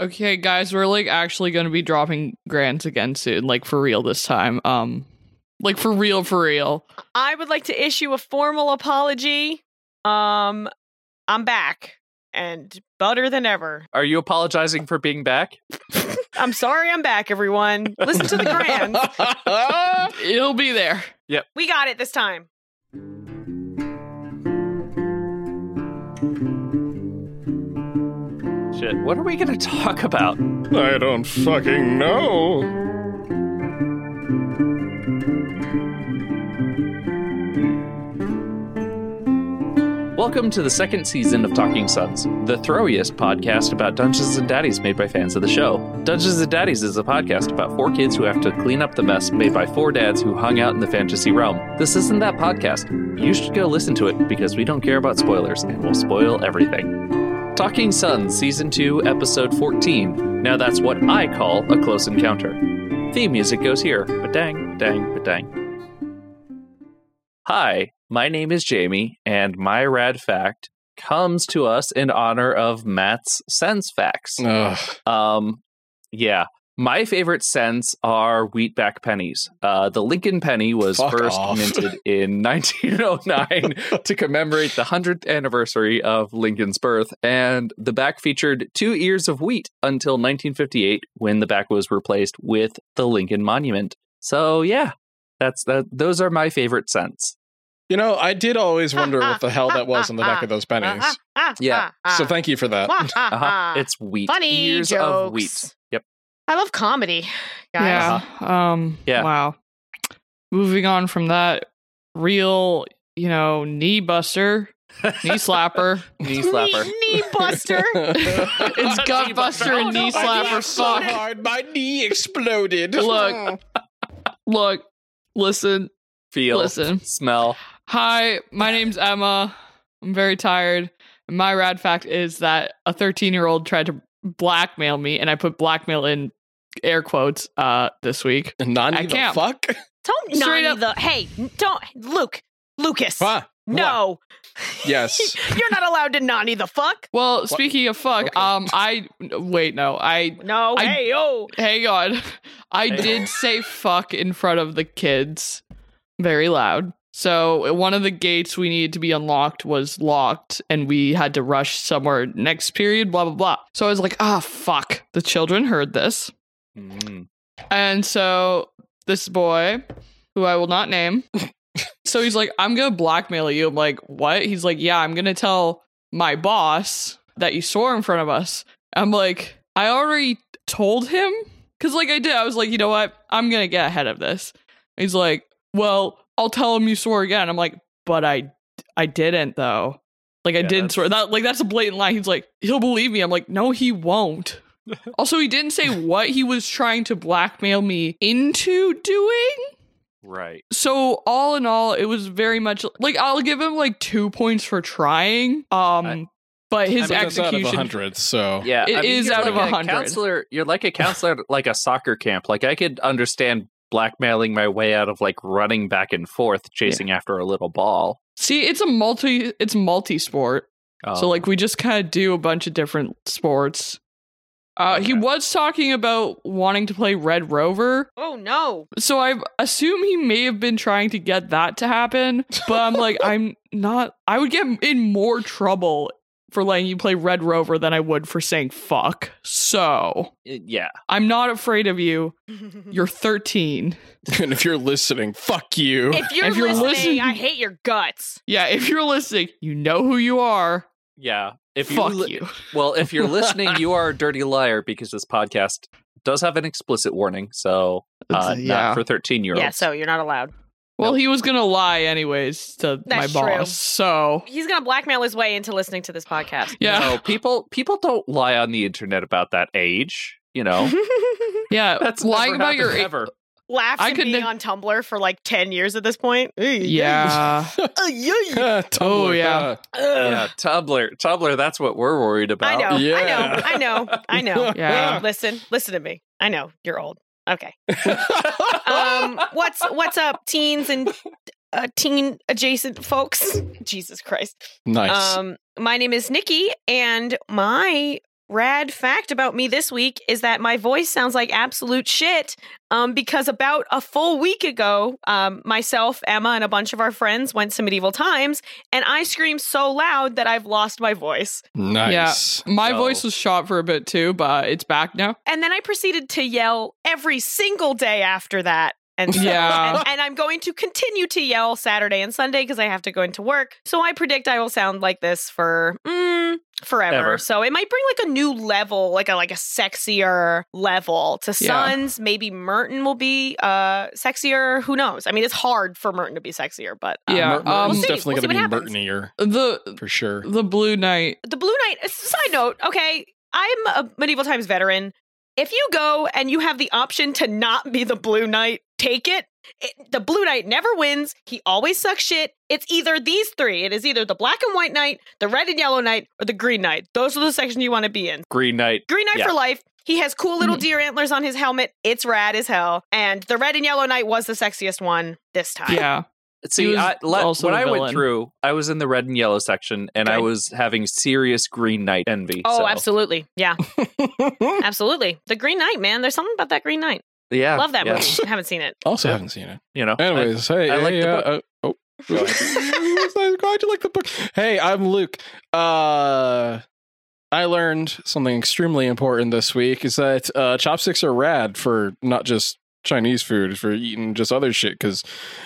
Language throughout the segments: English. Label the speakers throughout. Speaker 1: Okay, guys, we're like actually going to be dropping grants again soon, like for real this time. Um, like for real, for real.
Speaker 2: I would like to issue a formal apology. Um, I'm back and better than ever.
Speaker 3: Are you apologizing for being back?
Speaker 2: I'm sorry I'm back, everyone. Listen to the grants.
Speaker 1: It'll be there.
Speaker 2: We got it this time.
Speaker 3: Shit. What are we gonna talk about?
Speaker 4: I don't fucking know.
Speaker 3: Welcome to the second season of Talking Sons, the throwiest podcast about Dungeons and Daddies made by fans of the show. Dungeons and Daddies is a podcast about four kids who have to clean up the mess made by four dads who hung out in the fantasy realm. This isn't that podcast. You should go listen to it because we don't care about spoilers and we'll spoil everything. Talking Sons, Season 2, Episode 14. Now that's what I call a close encounter. Theme music goes here. But dang, dang, but dang. Hi, my name is Jamie, and my rad fact comes to us in honor of Matt's sense facts.
Speaker 4: Ugh.
Speaker 3: Um, yeah, my favorite scents are wheatback pennies. Uh, the Lincoln penny was
Speaker 4: Fuck
Speaker 3: first
Speaker 4: off.
Speaker 3: minted in 1909 to commemorate the 100th anniversary of Lincoln's birth, and the back featured two ears of wheat until 1958, when the back was replaced with the Lincoln Monument. So yeah, that's that. Those are my favorite scents.
Speaker 4: You know, I did always wonder what the hell that was on the back of those
Speaker 2: Ah,
Speaker 4: pennies.
Speaker 3: Yeah.
Speaker 4: So thank you for that.
Speaker 3: Uh-huh. It's wheat.
Speaker 2: funny
Speaker 3: ears of wheat.
Speaker 2: jokes.
Speaker 3: Yep.
Speaker 2: I love comedy, guys.
Speaker 1: Yeah. Um.
Speaker 3: Yeah.
Speaker 1: Wow. Moving on from that real, you know, knee buster, knee slapper.
Speaker 3: Knee slapper.
Speaker 2: Knee, knee buster.
Speaker 1: It's gut buster
Speaker 2: Oh,
Speaker 4: Oh,
Speaker 1: and knee slapper. Fuck.
Speaker 4: hard, my knee exploded.
Speaker 1: Look. Look. Listen.
Speaker 3: Feel.
Speaker 1: Listen.
Speaker 3: Smell.
Speaker 1: Hi, my name's Emma. I'm very tired. My rad fact is that a 13 year old tried to blackmail me, and I put blackmail in air quotes uh, this week.
Speaker 4: Nani
Speaker 1: I
Speaker 4: the
Speaker 1: can't.
Speaker 4: fuck?
Speaker 2: Don't
Speaker 1: Straight
Speaker 2: Nani
Speaker 1: up-
Speaker 2: the. Hey, don't Luke. Lucas.
Speaker 4: Huh?
Speaker 2: No,
Speaker 4: Yes.
Speaker 2: you're not allowed to Nani the fuck.
Speaker 1: Well, speaking of fuck,
Speaker 4: Okay.
Speaker 1: um, I wait, no, I
Speaker 2: No.
Speaker 1: I-
Speaker 2: hey, oh.
Speaker 1: hang on. I
Speaker 3: Hey.
Speaker 1: did say fuck in front of the kids very loud. So one of the gates we needed to be unlocked was locked and we had to rush somewhere next period, blah blah blah. So I was like, ah fuck. The children heard this.
Speaker 3: Mm.
Speaker 1: And so this boy, who I will not name, so he's like, I'm gonna blackmail you. I'm like, what? He's like, yeah, I'm gonna tell my boss that you swore in front of us. I'm like, I already told him because like I did. I was like, you know what? I'm gonna get ahead of this. He's like, well, I'll tell him you swore again. I'm like, but I, I didn't though. Like I
Speaker 3: Yeah,
Speaker 1: didn't
Speaker 3: that's-
Speaker 1: swear. That like that's a blatant lie. He's like, he'll believe me. I'm like, no, he won't. also, he didn't say what he was trying to blackmail me into doing.
Speaker 3: Right.
Speaker 1: So all in all, it was very much like I'll give him like two points for trying. Um,
Speaker 3: I-
Speaker 1: but
Speaker 4: I
Speaker 1: his
Speaker 4: mean, that's out of
Speaker 1: execution.
Speaker 4: 100, so.
Speaker 3: Yeah,
Speaker 1: It is
Speaker 3: you're
Speaker 1: out
Speaker 3: like
Speaker 1: of
Speaker 3: a
Speaker 1: 100.
Speaker 3: Counselor, you're like a counselor, at, like a soccer camp. Like I could understand blackmailing my way out of like running back and forth, chasing after a little ball.
Speaker 1: See, it's a multi. It's multi sport. So
Speaker 4: Oh.
Speaker 3: Um,
Speaker 1: like we just kind of do a bunch of different sports. Uh, He
Speaker 3: Okay.
Speaker 1: was talking about wanting to play Red Rover,
Speaker 2: Oh no.
Speaker 1: so I assume he may have been trying to get that to happen. But I'm like, I'm not. I would get in more trouble for letting you play Red Rover than I would for saying fuck. So
Speaker 3: yeah,
Speaker 1: I'm not afraid of you.
Speaker 2: You're,
Speaker 1: You're 13.
Speaker 4: And if you're listening, fuck you.
Speaker 2: if you're,
Speaker 1: if you're
Speaker 2: listening,
Speaker 1: listening-
Speaker 2: I hate your guts.
Speaker 1: Yeah, if you're listening, you know who you are.
Speaker 3: yeah. If
Speaker 1: fuck
Speaker 3: you, li-
Speaker 1: you.
Speaker 3: well, if you're listening, you are a dirty liar because this podcast does have an explicit warning. So uh,
Speaker 1: It's-
Speaker 3: not for thirteen year olds.
Speaker 2: Yeah, so you're not allowed.
Speaker 1: Well, he was gonna lie anyways to
Speaker 2: That's
Speaker 1: my
Speaker 2: true.
Speaker 1: boss. So
Speaker 2: He's gonna blackmail his way into listening to this podcast.
Speaker 1: yeah.
Speaker 3: No, people people don't lie on the internet about that age. You know,
Speaker 1: Yeah,
Speaker 3: that's
Speaker 1: Uh, lying
Speaker 3: never
Speaker 1: about your
Speaker 3: happened ever.
Speaker 2: Laughs
Speaker 1: I
Speaker 2: at
Speaker 1: could
Speaker 2: being
Speaker 1: ne-
Speaker 2: on Tumblr for like ten years at this point.
Speaker 1: yeah.
Speaker 2: Uh, yeah.
Speaker 4: Ah, Tumblr,
Speaker 1: Oh, yeah.
Speaker 4: huh?
Speaker 2: Ugh.
Speaker 3: Yeah, Tumblr, Tumblr. That's what we're worried
Speaker 2: I
Speaker 3: about.
Speaker 2: know,
Speaker 4: Yeah.
Speaker 2: I know, I know, I know.
Speaker 1: Yeah.
Speaker 2: Listen, listen to me. I know you're old. Okay. Um, what's what's up, teens and uh, teen adjacent folks? Jesus Christ.
Speaker 4: Nice.
Speaker 2: Um, my name is Nikki, and my rad fact about me this week is that my voice sounds like absolute shit um, because about a full week ago, um, myself, Emma, and a bunch of our friends went to medieval times, and I screamed so loud that I've lost my voice.
Speaker 4: Nice. Uh,
Speaker 1: My
Speaker 3: No.
Speaker 1: voice was shot for a bit too, but it's back now.
Speaker 2: And then I proceeded to yell every single day after that. And so-
Speaker 1: Yeah.
Speaker 2: and, and I'm going to continue to yell Saturday and Sunday because I have to go into work. So I predict I will sound like this for mm, forever.
Speaker 3: Ever.
Speaker 2: So it might bring like a new level, like a like a sexier level to
Speaker 1: Yeah.
Speaker 2: Suns. Maybe Merton will be uh sexier. Who knows? I mean, it's hard for Merton to be sexier, but um,
Speaker 1: Yeah,
Speaker 4: Mer- Merton's
Speaker 1: um,
Speaker 4: definitely
Speaker 2: We'll see. We'll see
Speaker 4: going to
Speaker 2: what
Speaker 4: be Mertonier
Speaker 1: The
Speaker 4: for sure.
Speaker 1: the Blue Knight.
Speaker 2: the Blue Knight. uh, Side note, okay, I'm a medieval times veteran. If you go and you have the option to not be the Blue Knight, take it. It- the Blue Knight never wins. He always sucks shit. It's either these three. It is either the Black and White Knight, the Red and Yellow Knight, or the Green Knight. Those are the sections you want to be in.
Speaker 3: Green Knight.
Speaker 2: Green Knight
Speaker 3: Yeah. Mm-hmm.
Speaker 2: for life. He has cool little deer antlers on his helmet. It's rad as hell. And the Red and Yellow Knight was the sexiest one this time.
Speaker 1: Yeah.
Speaker 3: See,
Speaker 1: was
Speaker 3: I, let,
Speaker 1: also
Speaker 3: when
Speaker 1: a
Speaker 3: I went
Speaker 1: villain.
Speaker 3: through, I was in the red and yellow section, and I
Speaker 2: Good.
Speaker 3: was having serious Green Knight envy.
Speaker 2: Oh,
Speaker 3: so-
Speaker 2: absolutely. Yeah. absolutely. The Green Knight, man. There's something about that Green Knight.
Speaker 3: Yeah,
Speaker 2: Love that
Speaker 3: yeah,
Speaker 2: movie. haven't seen it.
Speaker 4: Also, haven't seen it.
Speaker 3: You know,
Speaker 4: Anyways, hey,
Speaker 3: I
Speaker 4: hey,
Speaker 3: like the
Speaker 4: uh, uh, oh. I'm glad you like the book. Hey, I'm Luke. Uh, I learned something extremely important this week is that uh, chopsticks are rad for not just Chinese food, for eating just other shit, because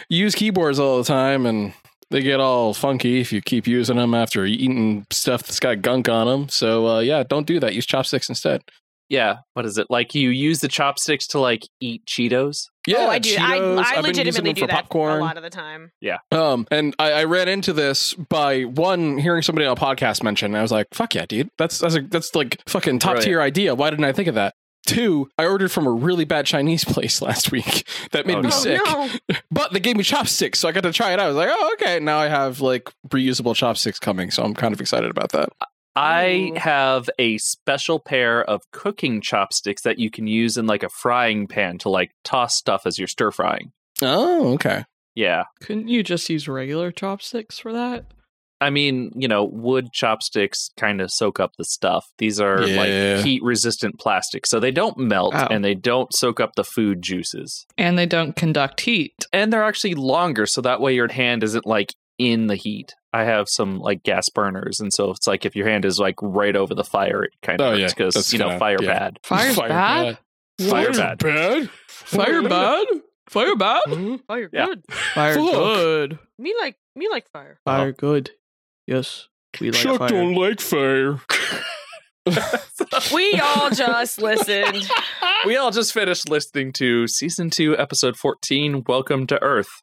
Speaker 4: you use keyboards all the time and they get all funky if you keep using them after eating stuff that's got gunk on them. So, uh, yeah, don't do that. Use chopsticks instead.
Speaker 3: yeah. What is it like? You use the chopsticks to like eat Cheetos.
Speaker 4: Yeah,
Speaker 2: oh, I do. I, I
Speaker 4: Cheetos. I've been using
Speaker 2: legitimately
Speaker 4: them
Speaker 2: do
Speaker 4: for
Speaker 2: that a lot of the time.
Speaker 4: Um, and I, I ran into this by one hearing somebody on a podcast mention. And I was like, "Fuck yeah, dude! That's that's a, that's like fucking top tier idea. Why didn't I think of that?" Two, I ordered from a really bad Chinese place last week that made
Speaker 3: Oh,
Speaker 4: me
Speaker 3: no.
Speaker 4: sick,
Speaker 2: Oh, no.
Speaker 4: but they gave me chopsticks, so I got to try it out. I was like, "Oh, okay." Now I have like reusable chopsticks coming, so I'm kind of excited about that.
Speaker 3: I
Speaker 2: Ooh.
Speaker 3: have a special pair of cooking chopsticks that you can use in like a frying pan to like toss stuff as you're stir frying.
Speaker 4: Oh, okay.
Speaker 3: Yeah.
Speaker 1: Couldn't you just use regular chopsticks for that?
Speaker 3: I mean, you know, wood chopsticks kind of soak up the stuff. These are
Speaker 4: Yeah.
Speaker 3: like heat resistant plastic, so they don't melt
Speaker 1: Oh.
Speaker 3: and they don't soak up the food juices.
Speaker 1: And they don't conduct heat.
Speaker 3: And they're actually longer, so that way your hand isn't like in the heat. I have some like gas burners, and so it's like if your hand is like right over the fire, it kind of
Speaker 4: Oh, yeah.
Speaker 3: hurts because
Speaker 4: That's
Speaker 3: you know
Speaker 4: gonna-
Speaker 3: fire
Speaker 4: yeah.
Speaker 3: bad.
Speaker 1: Fire's bad?
Speaker 3: Fire
Speaker 1: What?
Speaker 3: bad. Hmm?
Speaker 4: bad.
Speaker 1: Fire bad? Fire bad?
Speaker 4: Mhm.
Speaker 2: Fire
Speaker 3: Yeah.
Speaker 2: Oh, good.
Speaker 1: Fire
Speaker 4: Fuck.
Speaker 1: good.
Speaker 2: Me like me like fire.
Speaker 1: Fire good. Yes. We like
Speaker 4: Chuck
Speaker 1: fire.
Speaker 4: don't like fire.
Speaker 2: We all just listened.
Speaker 3: we all just finished listening to season two, episode 14 Welcome to Earth.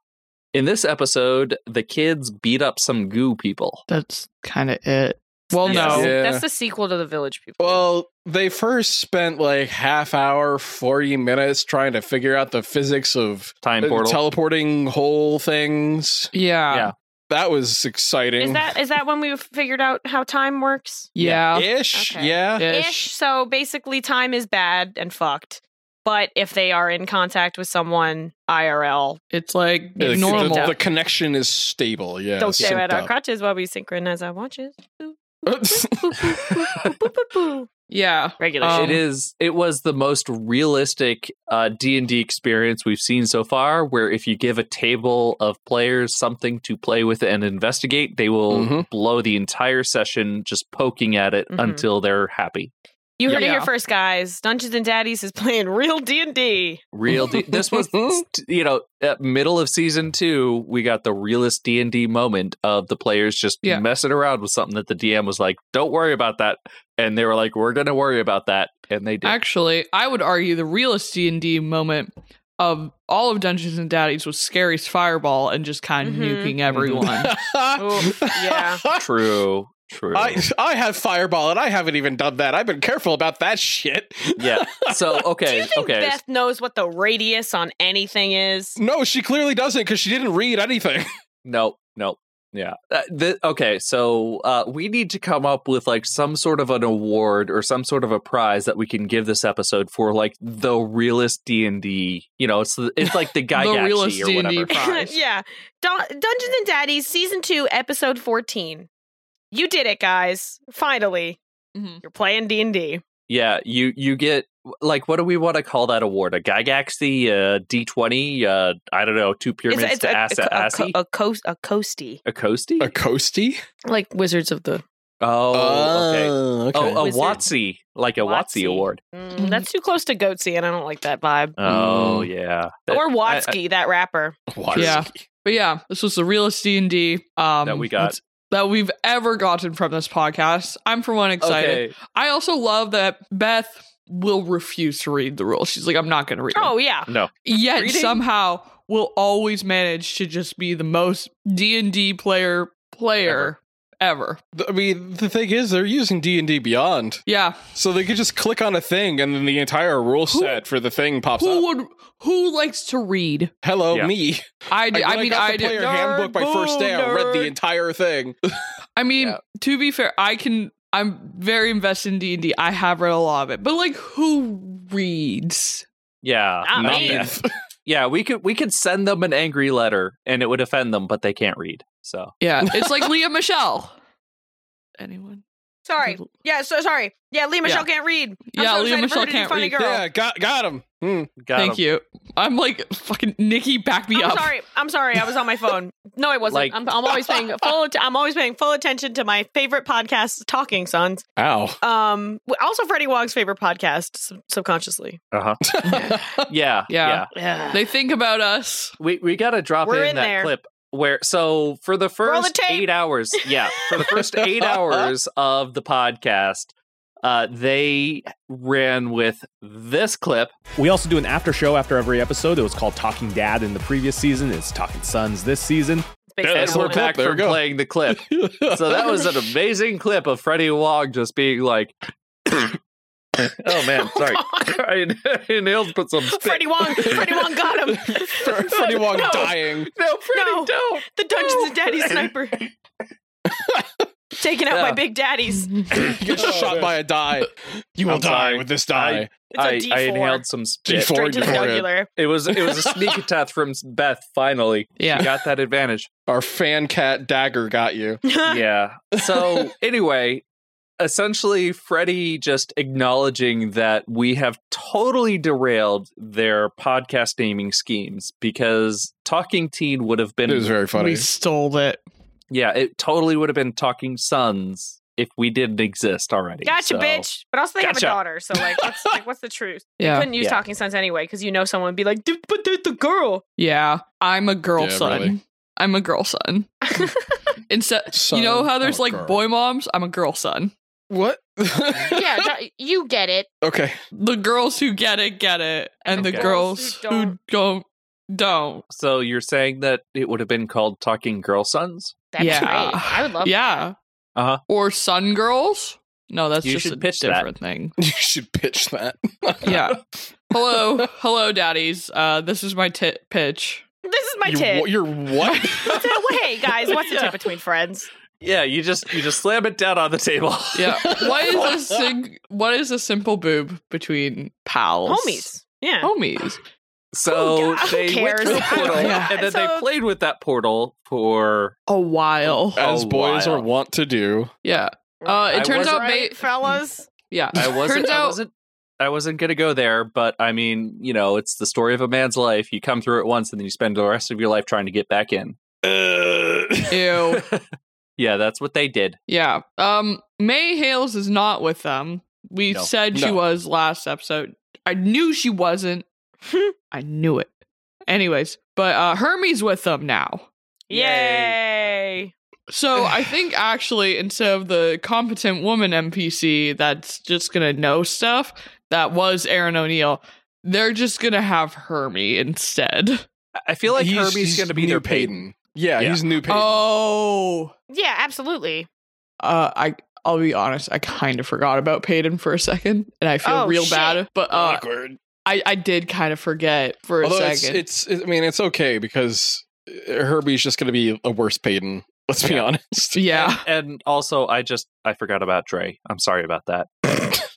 Speaker 3: In this episode, the kids beat up some goo people.
Speaker 1: That's kind of it. Well, no.
Speaker 4: Oh, Yeah.
Speaker 2: That's the sequel to the Village People.
Speaker 4: Well, they first spent like half hour, 40 minutes trying to figure out the physics of
Speaker 3: Time
Speaker 4: uh,
Speaker 3: portal.
Speaker 4: teleporting whole things.
Speaker 1: Yeah.
Speaker 3: Yeah.
Speaker 1: Yeah.
Speaker 4: That was exciting.
Speaker 2: is that is that when we figured out how time works?
Speaker 4: ish?
Speaker 2: Okay.
Speaker 4: Yeah.
Speaker 2: Ish. So basically, time is bad and fucked. But if they are in contact with someone IRL,
Speaker 1: It's like
Speaker 4: The- the-
Speaker 1: normal.
Speaker 4: The, connection is stable. Yeah.
Speaker 2: don't
Speaker 4: it's
Speaker 2: stare at
Speaker 4: synced
Speaker 2: our
Speaker 4: up.
Speaker 2: crutches while we synchronize our watches. Boop, boop, boop, boop, boop, boop, boop, boop.
Speaker 1: yeah.
Speaker 2: Regular shit.
Speaker 1: Um,
Speaker 3: it is it was the most realistic uh, d&d experience we've seen so far where if you give a table of players something to play with and investigate they will
Speaker 1: Mm-hmm.
Speaker 4: Mhm.
Speaker 3: blow the entire session just poking at it
Speaker 2: Mhm.
Speaker 3: until they're happy
Speaker 2: You heard it here
Speaker 1: Yeah.
Speaker 2: first, guys. Dungeons and Daddies is playing real D and D.
Speaker 3: real D- this was you know at middle of season two we got the realest d&d moment of the players just
Speaker 1: Yeah.
Speaker 3: messing around with something that the dm was like don't worry about that and they were like we're gonna worry about that and they did
Speaker 1: Actually, I would argue the realest D and D moment of all of Dungeons and Daddies was Scary's fireball and just kind of
Speaker 2: Mhm.
Speaker 3: Mm-hmm.
Speaker 1: nuking everyone.
Speaker 2: Oh, yeah.
Speaker 3: true true
Speaker 4: I, I have fireball and I haven't even done that. I've been careful about that shit.
Speaker 3: yeah so okay
Speaker 2: Do you think
Speaker 3: okay
Speaker 2: Beth knows what the radius on anything is?
Speaker 4: No, she clearly doesn't because she didn't read anything.
Speaker 3: No, no. Yeah. Uh, th- okay, so uh, we need to come up with like some sort of an award or some sort of a prize that we can give this episode for like the realest D and D. You know, it's the- it's like the guy
Speaker 1: the realest
Speaker 3: or
Speaker 1: D and D
Speaker 3: whatever.
Speaker 1: prize.
Speaker 2: yeah. Dun- Dungeons and Daddies season 2 episode 14. You did it, guys. Finally.
Speaker 1: Mhm.
Speaker 2: You're playing D and D.
Speaker 3: Yeah, you you get like what do we want to call that award? A Gygaxy, uh D twenty, uh I don't know, two pyramids
Speaker 2: It's
Speaker 3: to
Speaker 2: a,
Speaker 3: Assa
Speaker 2: a,
Speaker 3: Assi?
Speaker 2: a, coast a coasty
Speaker 3: A Coasty?
Speaker 4: A coasty?
Speaker 2: like Wizards of the.
Speaker 3: oh,
Speaker 4: uh,
Speaker 3: okay.
Speaker 4: okay.
Speaker 3: Oh, a
Speaker 2: Wizard.
Speaker 3: Watsy, like a Watsy
Speaker 2: Watsy.
Speaker 3: award.
Speaker 2: Mm,
Speaker 1: Mm-hmm.
Speaker 2: that's too close to Goatsy, and I don't like that vibe.
Speaker 3: Oh
Speaker 4: Mm.
Speaker 3: yeah, That-
Speaker 2: Or
Speaker 3: I-
Speaker 2: Watsky, that rapper.
Speaker 4: Watsy.
Speaker 1: Yeah. But yeah, this was the realest D and D um,
Speaker 3: I- that we got.
Speaker 1: that we've ever gotten from this podcast. I'm for one excited.
Speaker 3: Okay,
Speaker 1: I also love that Beth will refuse to read the rules. She's like, I'm not going to read. them.
Speaker 2: Oh yeah,
Speaker 1: yet
Speaker 2: reading-
Speaker 1: somehow will always manage to just be the most D and D player player ever.
Speaker 4: Th- I mean, the thing is, they're using D and D Beyond,
Speaker 1: Yeah,
Speaker 4: so they could just click on a thing, and then the entire rule
Speaker 1: Who-
Speaker 4: set for the thing pops
Speaker 1: who
Speaker 4: up.
Speaker 1: would who likes to read?
Speaker 4: Hello,
Speaker 3: Yeah.
Speaker 4: me.
Speaker 1: I do-
Speaker 4: Like,
Speaker 1: I,
Speaker 4: when
Speaker 1: mean
Speaker 4: got
Speaker 1: I,
Speaker 4: the
Speaker 1: do-
Speaker 4: player
Speaker 1: Nerd,
Speaker 4: handbook my first
Speaker 1: boom,
Speaker 4: day. I read the
Speaker 1: nerd.
Speaker 4: entire thing.
Speaker 1: I mean,
Speaker 3: Yeah.
Speaker 1: to be fair, I can. I'm very invested in D and I have read a lot of it, but like, who reads?
Speaker 3: yeah,
Speaker 2: Not
Speaker 3: I
Speaker 4: Not
Speaker 2: me.
Speaker 3: mean,
Speaker 4: Beth.
Speaker 3: yeah. We could we could send them an angry letter and it would offend them, but they can't read. So
Speaker 1: Yeah, it's like Leah Michelle. Anyone?
Speaker 2: sorry. Yeah, so sorry. Yeah, Lee Michelle can't read. I'm
Speaker 1: Yeah,
Speaker 2: so
Speaker 1: Lee
Speaker 2: excited for
Speaker 1: Michelle
Speaker 2: her to do
Speaker 1: can't
Speaker 2: funny
Speaker 1: read.
Speaker 2: girl.
Speaker 4: Yeah, got got him. Hmm.
Speaker 3: got
Speaker 1: Thank you. I'm like fucking Nikki. Back me
Speaker 2: I'm
Speaker 1: up.
Speaker 2: sorry. I'm sorry. I was on my phone. No, I wasn't.
Speaker 3: Like-
Speaker 2: I'm, I'm always paying full. att- I'm always paying full attention to my favorite podcast, Talking Sons.
Speaker 4: Ow.
Speaker 2: Um, w- also Freddie Wong's favorite podcast, sub- subconsciously.
Speaker 3: Uh-huh. Yeah,
Speaker 1: Yeah.
Speaker 3: yeah.
Speaker 2: Yeah.
Speaker 1: They think about us.
Speaker 3: We we got to drop
Speaker 2: We're
Speaker 3: in,
Speaker 2: in
Speaker 3: that
Speaker 2: there.
Speaker 3: clip where so for the
Speaker 2: Roll the
Speaker 3: first
Speaker 2: tape.
Speaker 3: 8 hours, yeah, for the first 8 hours of the podcast, uh they ran with this clip.
Speaker 5: We also do an after show after every episode. It was called Talking Dad in the previous season. It's Talking Sons this season.
Speaker 4: Yes,
Speaker 3: And we're
Speaker 4: we're clip,
Speaker 3: back
Speaker 4: there we
Speaker 3: from
Speaker 4: go.
Speaker 3: playing the clip. So that was an amazing clip of Freddie Wong just being like Oh man, sorry. I inhaled but some spit.
Speaker 2: Freddie Wong. Freddie Wong got him.
Speaker 4: Freddie Wong
Speaker 2: No,
Speaker 4: dying.
Speaker 3: no, Freddie,
Speaker 2: No.
Speaker 3: don't.
Speaker 2: The Dungeons and Daddy sniper. Taking out
Speaker 3: Yeah.
Speaker 2: my big daddies. It's
Speaker 4: He gets
Speaker 3: Oh,
Speaker 4: shot
Speaker 3: man.
Speaker 4: by a die. You will
Speaker 3: I'm
Speaker 4: die
Speaker 3: sorry.
Speaker 4: with this die.
Speaker 2: a
Speaker 3: I,
Speaker 2: D4.
Speaker 3: I inhaled some spit.
Speaker 4: D4.
Speaker 2: Straight to the
Speaker 4: Forehead.
Speaker 2: jugular.
Speaker 3: It was it was a sneak attack from Beth. Finally,
Speaker 1: Yeah.
Speaker 3: she got that advantage.
Speaker 4: Our fan cat dagger got you.
Speaker 3: Yeah. So anyway, essentially, Freddie just acknowledging that we have totally derailed their podcast naming schemes because Talking Teen would have
Speaker 4: It
Speaker 3: been
Speaker 4: was very funny.
Speaker 1: We stole it.
Speaker 3: yeah, it totally would have been Talking Sons if we didn't exist already.
Speaker 2: Gotcha,
Speaker 3: So-
Speaker 2: bitch. But also, they
Speaker 3: Gotcha.
Speaker 2: have a daughter, so like, what's, like, what's the truth?
Speaker 1: Yeah.
Speaker 2: Couldn't use
Speaker 3: Yeah.
Speaker 2: talking sense anyway, because you know someone would be like, "Dude, but there's the girl.
Speaker 1: Yeah. I'm a girl
Speaker 4: Yeah,
Speaker 1: son.
Speaker 4: really.
Speaker 1: I'm a girl son. Instead,
Speaker 4: Son
Speaker 1: you know how
Speaker 4: of
Speaker 1: there's like
Speaker 4: girl.
Speaker 1: boy moms? I'm a girl son.
Speaker 4: What?
Speaker 2: d- you get it.
Speaker 4: okay.
Speaker 1: The girls who get it, get it. And the
Speaker 3: Okay.
Speaker 1: girls who don't, don't,
Speaker 3: So you're saying that it would have been called Talking Girl Sons?
Speaker 1: That's Yeah. great.
Speaker 2: I would love
Speaker 1: Yeah.
Speaker 3: Uh-huh.
Speaker 1: Or son girls? No, that's
Speaker 3: You
Speaker 1: just
Speaker 3: should
Speaker 1: a
Speaker 3: pitch that.
Speaker 1: different thing.
Speaker 4: You should pitch that.
Speaker 1: Yeah. hello, hello, daddies. Uh, this is my tit pitch.
Speaker 2: This is my
Speaker 4: You
Speaker 2: tip.
Speaker 4: wha- You're what?
Speaker 2: So, hey, guys, what's the
Speaker 3: Yeah.
Speaker 2: tip between friends?
Speaker 3: Yeah, you just you just slam it down on the table.
Speaker 1: Yeah. What is a sig- what is a simple boob between pals?
Speaker 2: Homies. Yeah.
Speaker 1: Homies.
Speaker 3: So
Speaker 2: Who ca- who
Speaker 3: they went
Speaker 2: cares?
Speaker 3: through a
Speaker 2: I don't
Speaker 3: portal,
Speaker 1: know.
Speaker 3: and then
Speaker 2: So-
Speaker 3: they played with that portal for
Speaker 1: A while.
Speaker 4: As
Speaker 3: A
Speaker 4: boys
Speaker 3: while.
Speaker 4: are wont to do.
Speaker 1: Yeah. Uh, it
Speaker 3: I
Speaker 1: turns
Speaker 3: wasn't-
Speaker 1: out,
Speaker 2: right,
Speaker 1: ba-
Speaker 2: fellas.
Speaker 1: yeah.
Speaker 3: I wasn't,
Speaker 1: Turns
Speaker 3: I
Speaker 1: out-
Speaker 3: wasn't, I wasn't gonna go there, but I mean, you know, it's the story of a man's life. You come through it once, and then you spend the rest of your life trying to get back in.
Speaker 1: Ew.
Speaker 3: Yeah, that's what they did.
Speaker 1: Yeah. Um. May Hales is not with them. We
Speaker 3: No.
Speaker 1: said she
Speaker 4: No.
Speaker 1: was last episode. I knew she wasn't. I knew it. Anyways, but uh Hermes with them now.
Speaker 2: Yay.
Speaker 1: So I think actually instead of the competent woman NPC that's just gonna know stuff, that was Aaron O'Neill. They're just gonna have Hermie instead.
Speaker 3: I- I feel like
Speaker 4: He's-
Speaker 3: Herbie's
Speaker 4: he's
Speaker 3: gonna be
Speaker 4: new
Speaker 3: their Peyton.
Speaker 4: Peyton. Yeah,
Speaker 3: Yeah.
Speaker 4: he's new Peyton.
Speaker 1: Oh.
Speaker 2: Yeah, absolutely.
Speaker 1: uh i i'll be honest i kind of forgot about peyton for a second and i feel
Speaker 2: Oh,
Speaker 1: real
Speaker 2: shit.
Speaker 1: bad but uh
Speaker 4: Awkward.
Speaker 1: i i did kind of forget for
Speaker 4: Although
Speaker 1: a
Speaker 4: it's,
Speaker 1: second
Speaker 4: it's, I mean, it's okay because Herbie's just going to be a worse Peyton. Let's be
Speaker 3: Yeah.
Speaker 4: honest.
Speaker 1: yeah
Speaker 3: And also, I just I forgot about Dre. I'm sorry about that.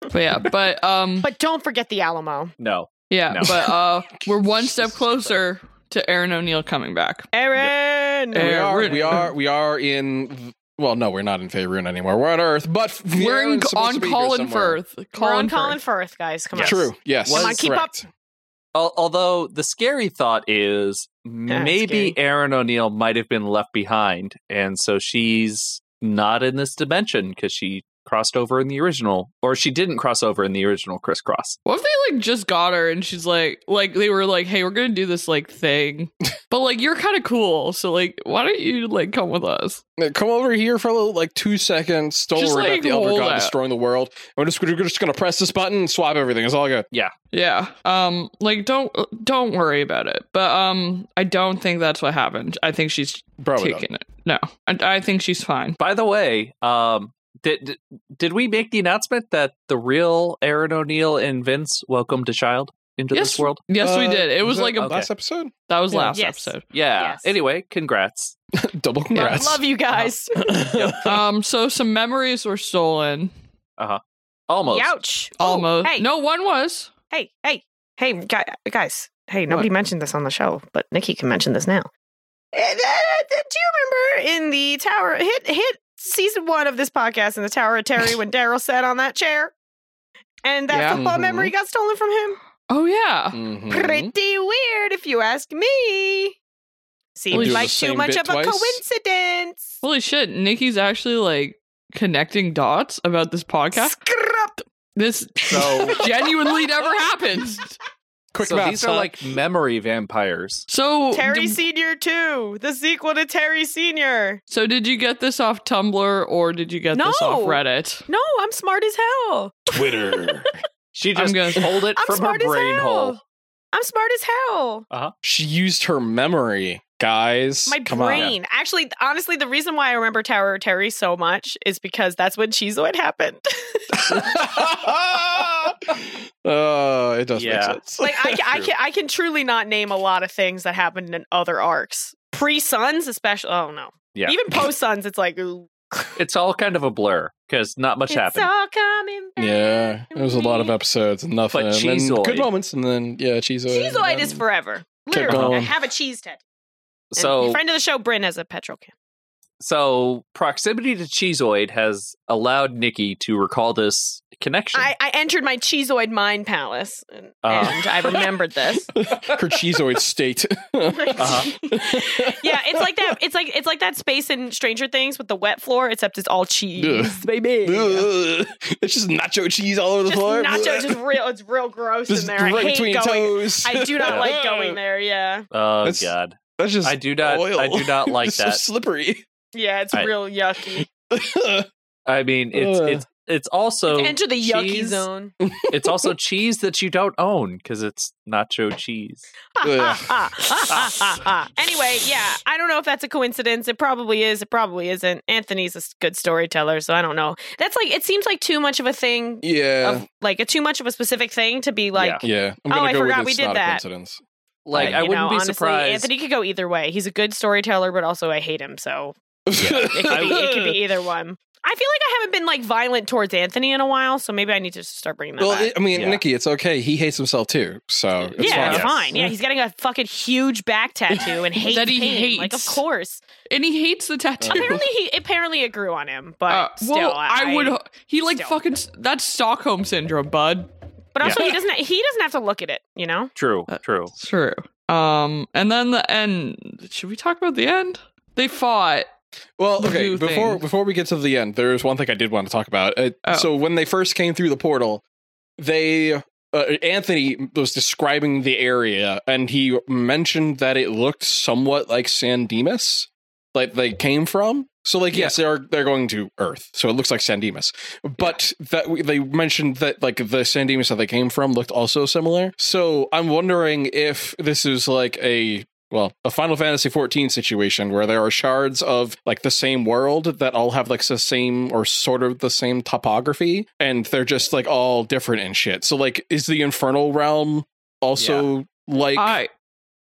Speaker 1: but yeah but um
Speaker 2: But don't forget the Alamo.
Speaker 3: No,
Speaker 1: yeah
Speaker 3: no.
Speaker 1: but uh we're one step
Speaker 4: Jesus.
Speaker 1: closer to aaron o'neill coming back
Speaker 2: Aaron.
Speaker 1: Yep.
Speaker 4: we
Speaker 1: Yeah,
Speaker 4: are
Speaker 1: we're-
Speaker 4: we are we are in Well, no, we're not in Faerun anymore. We're on Earth, but
Speaker 1: We're in,
Speaker 4: Aaron's supposed
Speaker 1: on
Speaker 4: to be here
Speaker 1: Colin
Speaker 4: somewhere.
Speaker 1: Firth.
Speaker 2: We're on
Speaker 1: Colin
Speaker 2: Colin
Speaker 1: Firth.
Speaker 2: Firth, guys. Come on.
Speaker 4: True. Yes.
Speaker 3: Come
Speaker 2: on, keep up.
Speaker 4: Correct.
Speaker 3: Al- although the scary thought is maybe
Speaker 2: scary.
Speaker 3: Aaron O'Neill might have been left behind, and so she's not in this dimension because she crossed over in the original, or she didn't cross over in the original crisscross.
Speaker 1: What if they like just got her and she's like, like they were like, hey, we're gonna do this like thing, but like you're kind of cool, so like why don't you like come with us?
Speaker 4: Uh, Come over here for a little, like two seconds. Don't
Speaker 1: Just,
Speaker 4: worry
Speaker 1: like,
Speaker 4: about the Elder
Speaker 1: hold
Speaker 4: God
Speaker 1: out.
Speaker 4: destroying the world. We're just, we're just gonna press this button and swap everything. It's all good.
Speaker 1: Yeah. Um. Like don't don't worry about it. But um, I don't think that's what happened. I think she's
Speaker 4: Probably not.
Speaker 1: taking it. No, I, I think she's fine.
Speaker 3: By the way, um, did did- did we make the announcement that the real Aaron O'Neill and Vince welcomed a child into
Speaker 1: Yes.
Speaker 3: this world?
Speaker 1: Yes, we
Speaker 4: Uh,
Speaker 1: did. It was
Speaker 4: that
Speaker 1: like a
Speaker 3: okay.
Speaker 4: last episode.
Speaker 1: that was
Speaker 4: Yeah.
Speaker 1: last
Speaker 2: Yes.
Speaker 1: episode.
Speaker 3: Yeah.
Speaker 2: Yes.
Speaker 3: Anyway, congrats.
Speaker 4: Double
Speaker 2: Lo-
Speaker 4: congrats.
Speaker 2: Love you guys.
Speaker 1: um. So some memories were stolen.
Speaker 3: Almost.
Speaker 2: Youch. Oh,
Speaker 1: Almost.
Speaker 2: hey,
Speaker 1: No one was.
Speaker 2: hey, hey, hey, guy, guys. Hey, nobody mentioned this on the show, but Nikki can mention this now. Uh, uh, Do you remember in the tower hit hit season one of this podcast in the Tower of Terry when Daryl sat on that chair and that
Speaker 1: Yeah.
Speaker 2: football
Speaker 4: Mhm.
Speaker 2: memory got stolen from him?
Speaker 1: Oh yeah.
Speaker 4: Mhm.
Speaker 2: Pretty weird, if you ask me.
Speaker 4: We'll
Speaker 2: Seems
Speaker 4: do
Speaker 2: like
Speaker 4: the
Speaker 2: too
Speaker 4: same
Speaker 2: much
Speaker 4: bit
Speaker 2: of a
Speaker 4: twice.
Speaker 2: coincidence.
Speaker 1: Holy shit, Nikki's actually like connecting dots about this podcast.
Speaker 2: Scrub.
Speaker 1: This
Speaker 3: So,
Speaker 1: genuinely never happens.
Speaker 4: Quick
Speaker 3: so
Speaker 4: math,
Speaker 3: these are
Speaker 4: huh?
Speaker 3: like memory vampires.
Speaker 1: So
Speaker 2: Terry
Speaker 1: d-
Speaker 2: Senior Two, the sequel to Terry Senior.
Speaker 1: so did you get this off Tumblr or did you get this
Speaker 2: No.
Speaker 1: off Reddit?
Speaker 2: No, I'm smart as hell.
Speaker 4: Twitter.
Speaker 3: She
Speaker 1: I'm
Speaker 3: just
Speaker 1: gonna-
Speaker 3: pulled it
Speaker 2: I'm
Speaker 3: from her
Speaker 2: smart as
Speaker 3: brain
Speaker 2: hell.
Speaker 3: hole.
Speaker 2: I'm smart as hell.
Speaker 4: she used her memory, guys.
Speaker 2: My
Speaker 4: Come On.
Speaker 2: brain. Actually, honestly, the reason why I remember Tower of Terry so much is because that's when Chizoid happened.
Speaker 4: oh, it does
Speaker 3: Yeah.
Speaker 4: make sense.
Speaker 2: like I, I can I can truly not name a lot of things that happened in other arcs. Pre Suns, especially. Oh no.
Speaker 3: Yeah.
Speaker 2: Even post Suns, it's like ooh,
Speaker 3: It's all kind of a blur because not much
Speaker 2: it's
Speaker 3: happened.
Speaker 2: all coming back.
Speaker 4: yeah, there was a lot of episodes and nothing.
Speaker 3: But
Speaker 4: and then
Speaker 3: Cheezoid.
Speaker 4: good moments, and then yeah, cheeseoid.
Speaker 3: um,
Speaker 2: Cheezoid is
Speaker 4: for
Speaker 2: forever.
Speaker 4: Keep
Speaker 2: Literally, I
Speaker 4: going.
Speaker 2: have a cheese tattoo. And
Speaker 3: so,
Speaker 2: friend of the show, Bryn, has a petrol can.
Speaker 3: so proximity to Cheezoid has allowed Nikki to recall this connection.
Speaker 2: I, I entered my Cheezoid mind palace, and,
Speaker 3: Uh.
Speaker 2: and I remembered this.
Speaker 4: her cheeseoid state.
Speaker 3: Uh-huh.
Speaker 2: yeah, it's like that. It's like it's like that space in Stranger Things with the wet floor, except it's all cheese, baby.
Speaker 4: Ugh. It's just nacho cheese all over the
Speaker 2: Just
Speaker 4: floor.
Speaker 2: nacho, just real. It's real gross
Speaker 4: Just
Speaker 2: in there. I
Speaker 4: right
Speaker 2: hate
Speaker 4: between your
Speaker 2: going.
Speaker 4: toes.
Speaker 2: I do not like going there. Yeah,
Speaker 3: oh
Speaker 4: That's-
Speaker 3: God,
Speaker 4: That's just
Speaker 3: I do not.
Speaker 4: oil.
Speaker 3: I do not like
Speaker 4: It's so
Speaker 3: that.
Speaker 4: slippery.
Speaker 2: yeah, it's
Speaker 3: I-
Speaker 2: real yucky.
Speaker 3: I mean, it's
Speaker 4: Ugh.
Speaker 3: it's it's
Speaker 4: Oh,
Speaker 3: also
Speaker 2: Enter the yucky
Speaker 3: cheese-
Speaker 2: zone.
Speaker 3: It's also cheese that you don't own because it's nacho cheese.
Speaker 2: Ah, ah,
Speaker 4: Ugh.
Speaker 2: ah, ah, ah, ah, ah. anyway, yeah, I don't know if that's a coincidence. It probably is. It probably isn't. Anthony's a s- good storyteller, so I don't know. That's like it seems like too much of a thing,
Speaker 4: Yeah.
Speaker 2: of like a too much of a specific thing to be
Speaker 3: Yeah.
Speaker 2: like.
Speaker 4: yeah. I'm
Speaker 2: Oh,
Speaker 4: gonna
Speaker 2: I
Speaker 4: go
Speaker 2: forgot
Speaker 4: with
Speaker 2: we
Speaker 4: it's
Speaker 2: did
Speaker 4: not
Speaker 2: that.
Speaker 4: a coincidence.
Speaker 3: Like
Speaker 2: But,
Speaker 3: I
Speaker 2: you
Speaker 3: wouldn't
Speaker 2: know,
Speaker 3: be
Speaker 2: honestly,
Speaker 3: surprised.
Speaker 2: Anthony could go either way. He's a good storyteller, but also I hate him, so it could,
Speaker 3: I-
Speaker 2: be, it could be either one. I feel like I haven't been like violent towards Anthony in a while, so maybe I need to start bringing that
Speaker 4: Well,
Speaker 2: back.
Speaker 4: it, I mean,
Speaker 3: Yeah.
Speaker 4: Nikki, it's okay. He hates himself too, so it's
Speaker 2: yeah,
Speaker 4: fine.
Speaker 2: it's
Speaker 3: Yes.
Speaker 2: fine. Yeah, he's getting a fucking huge back tattoo and hates
Speaker 1: That he
Speaker 2: pain. Like, of
Speaker 1: hates.
Speaker 2: course.
Speaker 1: And he hates the tattoo.
Speaker 2: Apparently, he apparently it grew on him, but
Speaker 1: Uh,
Speaker 2: still,
Speaker 1: well, I, would. He like
Speaker 2: still.
Speaker 1: fucking. s- That's Stockholm syndrome, bud.
Speaker 2: But also, he doesn't. He doesn't have to look at it. You know.
Speaker 3: True,
Speaker 1: Uh,
Speaker 3: true.
Speaker 1: True. Um. And then the end. Should we talk about the end? They fought.
Speaker 4: Well,
Speaker 1: The
Speaker 4: okay.
Speaker 1: blue
Speaker 4: Before
Speaker 1: thing.
Speaker 4: before we get to the end, there is one thing I did want to talk about. Uh,
Speaker 1: Oh.
Speaker 4: So when they first came through the portal, they uh, Anthony was describing the area, and he mentioned that it looked somewhat like San Dimas, like they came from. So, like, yes, they are they're going to Earth, so it looks like San Dimas. But that we, they mentioned that like the San Dimas that they came from looked also similar. So I'm wondering if this is like a well, a Final Fantasy 14 situation where there are shards of like the same world that all have like the same or sort of the same topography and they're just like all different and shit. So like is the infernal realm also like
Speaker 1: I.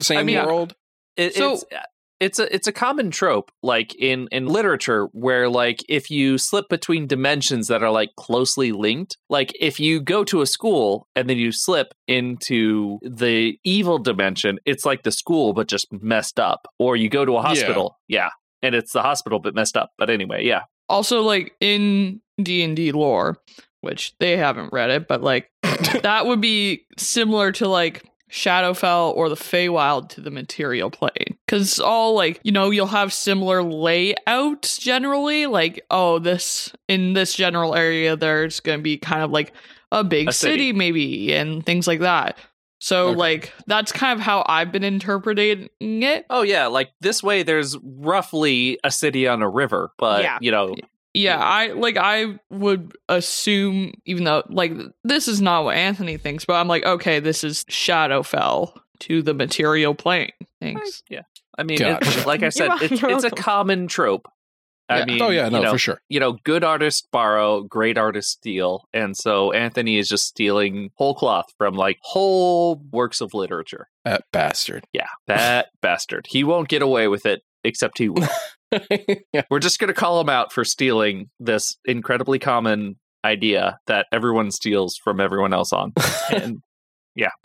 Speaker 4: same
Speaker 1: I mean, I-
Speaker 4: world?
Speaker 3: It,
Speaker 1: So-
Speaker 3: it's, uh, it's a it's a common trope, like in in literature, where like if you slip between dimensions that are like closely linked, like if you go to a school and then you slip into the evil dimension, it's like the school but just messed up. Or you go to a hospital, yeah, and it's the hospital bit messed up. But anyway, yeah.
Speaker 1: also like in d&d lore which they haven't read it but like that would be similar to like shadowfell or the Feywild to the material plane because it's all like you know you'll have similar layouts generally like oh this in this general area there's gonna be kind of like a big
Speaker 3: A city.
Speaker 1: city. maybe and things like that so
Speaker 4: Okay.
Speaker 1: like that's kind of how i've been interpreting it
Speaker 3: Oh yeah, like this way there's roughly a city on a river, but
Speaker 6: Yeah.
Speaker 3: you know,
Speaker 1: Yeah, I like I would assume even though like this is not what Anthony thinks, but I'm like, okay, this is Shadowfell to the material plane. Thanks.
Speaker 3: yeah. I mean,
Speaker 4: Gotcha.
Speaker 3: it's, like I said,
Speaker 6: wel-
Speaker 3: it's,
Speaker 6: you're
Speaker 3: it's a
Speaker 6: welcome.
Speaker 3: common trope. I
Speaker 1: Yeah.
Speaker 3: mean,
Speaker 4: Oh yeah, no,
Speaker 3: you know,
Speaker 4: for sure.
Speaker 3: you know, good artists borrow, great artists steal. And so Anthony is just stealing whole cloth from like whole works of literature.
Speaker 4: That bastard.
Speaker 3: Yeah, that bastard. He won't get away with it, except he will.
Speaker 4: yeah.
Speaker 3: We're just going to call him out for stealing this incredibly common idea that everyone steals from everyone else on. And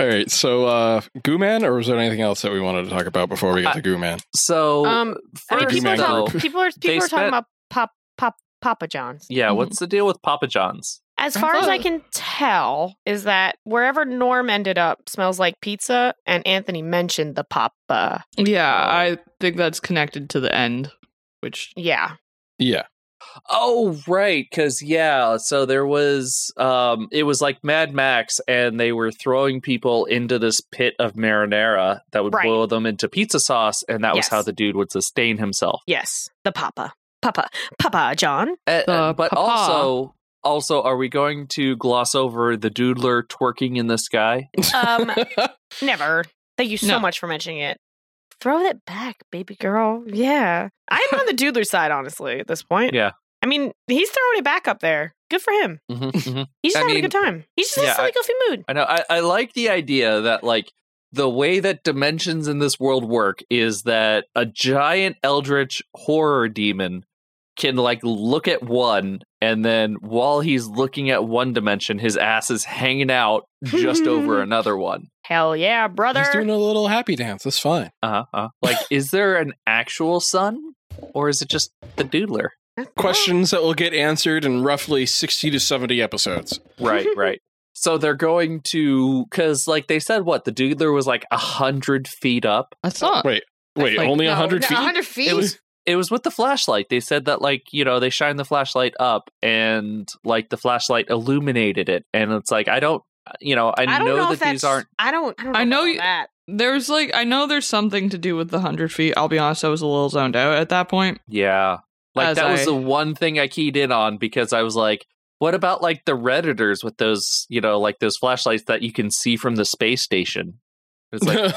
Speaker 4: All right. So, uh, Goo Man, or was there anything else that we wanted to talk about before we
Speaker 2: Uh,
Speaker 4: get to Goo Man?
Speaker 3: so,
Speaker 2: Um, I mean,
Speaker 3: first,
Speaker 2: people are,
Speaker 3: though,
Speaker 2: talking, people are people
Speaker 3: they
Speaker 2: are
Speaker 3: spent-
Speaker 2: talking about pop pop Papa John's.
Speaker 3: yeah,
Speaker 1: Mhm.
Speaker 3: what's the deal with Papa John's?
Speaker 2: As
Speaker 1: I
Speaker 2: far as I
Speaker 1: thought-
Speaker 2: can tell, is that wherever Norm ended up smells like pizza, and Anthony mentioned the Papa.
Speaker 1: Yeah, I think that's connected to the end, which
Speaker 2: Yeah,
Speaker 4: Yeah.
Speaker 3: Oh right, because yeah, so there was um it was like Mad Max and they were throwing people into this pit of marinara that would
Speaker 2: Right.
Speaker 3: boil them into pizza sauce, and that was
Speaker 2: Yes.
Speaker 3: how the dude would sustain himself.
Speaker 2: yes, the Papa, Papa, Papa John.
Speaker 3: Uh, uh,
Speaker 1: The
Speaker 3: but
Speaker 1: papa.
Speaker 3: also also are we going to gloss over the doodler twerking in the sky?
Speaker 2: Um, never. Thank you so
Speaker 1: No.
Speaker 2: much for mentioning it. Throw that back, baby girl. Yeah, I'm on the doodler side, honestly. At this point,
Speaker 3: Yeah.
Speaker 2: I mean, he's throwing it back up there. Good for him.
Speaker 3: Mhm, mhm.
Speaker 2: He's just
Speaker 3: I
Speaker 2: having
Speaker 3: mean,
Speaker 2: a good time. He's just in
Speaker 3: yeah,
Speaker 2: a silly,
Speaker 3: I-
Speaker 2: goofy mood.
Speaker 3: I know. I, I like the idea that like the way that dimensions in this world work is that a giant eldritch horror demon can like look at one and then while he's looking at one dimension his ass is hanging out just over another one
Speaker 2: Hell yeah, brother.
Speaker 4: He's doing a little happy dance. That's fine.
Speaker 3: uh-huh, uh-huh. like is there an actual sun or is it just the doodler
Speaker 2: Oh.
Speaker 4: Questions that will get answered in roughly 60 to 70 episodes.
Speaker 3: right right so they're going to because like they said what the doodler was like a hundred feet up
Speaker 1: that's not
Speaker 4: Wait, Wait,
Speaker 1: like-
Speaker 4: only a 100 feet?
Speaker 2: 100 feet?
Speaker 3: it was it was with the flashlight. They said that like, you know, they shine the flashlight up and like the flashlight illuminated it and it's like I don't you know, I,
Speaker 2: I don't
Speaker 3: know,
Speaker 2: know, if
Speaker 3: that
Speaker 2: that's,
Speaker 3: these aren't
Speaker 2: I don't. I, don't know
Speaker 1: I know
Speaker 2: about
Speaker 1: you-
Speaker 2: that.
Speaker 1: there's like I know there's something to do with the hundred feet. I'll be honest, I was a little zoned out at that point.
Speaker 3: yeah. Like
Speaker 1: As
Speaker 3: that was
Speaker 1: I-
Speaker 3: the one thing I keyed in on because I was like what about like the redditors with those, you know, like those flashlights that you can see from the space station? It's like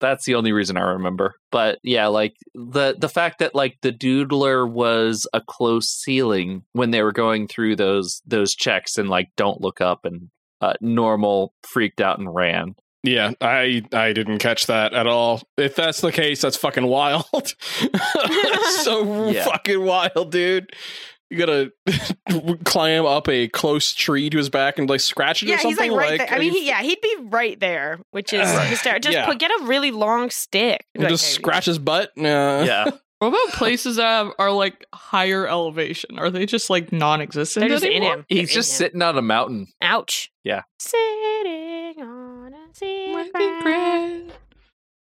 Speaker 3: that's the only reason I remember. But yeah, like the the fact that like the doodler was a close ceiling when they were going through those those checks and like don't look up and uh, normal freaked out and ran.
Speaker 4: yeah, I I didn't catch that at all. If that's the case, that's fucking wild. so
Speaker 3: Yeah.
Speaker 4: fucking wild, dude. You gotta climb up a close tree to his back and like scratch it
Speaker 2: Yeah,
Speaker 4: or
Speaker 2: he's
Speaker 4: something.
Speaker 2: like right there.
Speaker 4: are
Speaker 2: I mean,
Speaker 4: you
Speaker 2: he, yeah, he'd be right there, which is
Speaker 4: Right.
Speaker 2: hysterical. Just
Speaker 4: Yeah.
Speaker 2: put, get a really long stick.
Speaker 4: We'll
Speaker 2: Like,
Speaker 4: just
Speaker 2: hey,
Speaker 4: scratch his butt. No.
Speaker 3: Yeah,
Speaker 1: What about places that have, are like higher elevation? Are they just like non-existent
Speaker 2: They're just in
Speaker 1: anymore?
Speaker 2: him. They're
Speaker 3: he's
Speaker 2: in
Speaker 3: just
Speaker 2: him.
Speaker 3: sitting on a mountain.
Speaker 2: Ouch.
Speaker 3: Yeah.
Speaker 2: Sitting on a secret.
Speaker 1: Secret.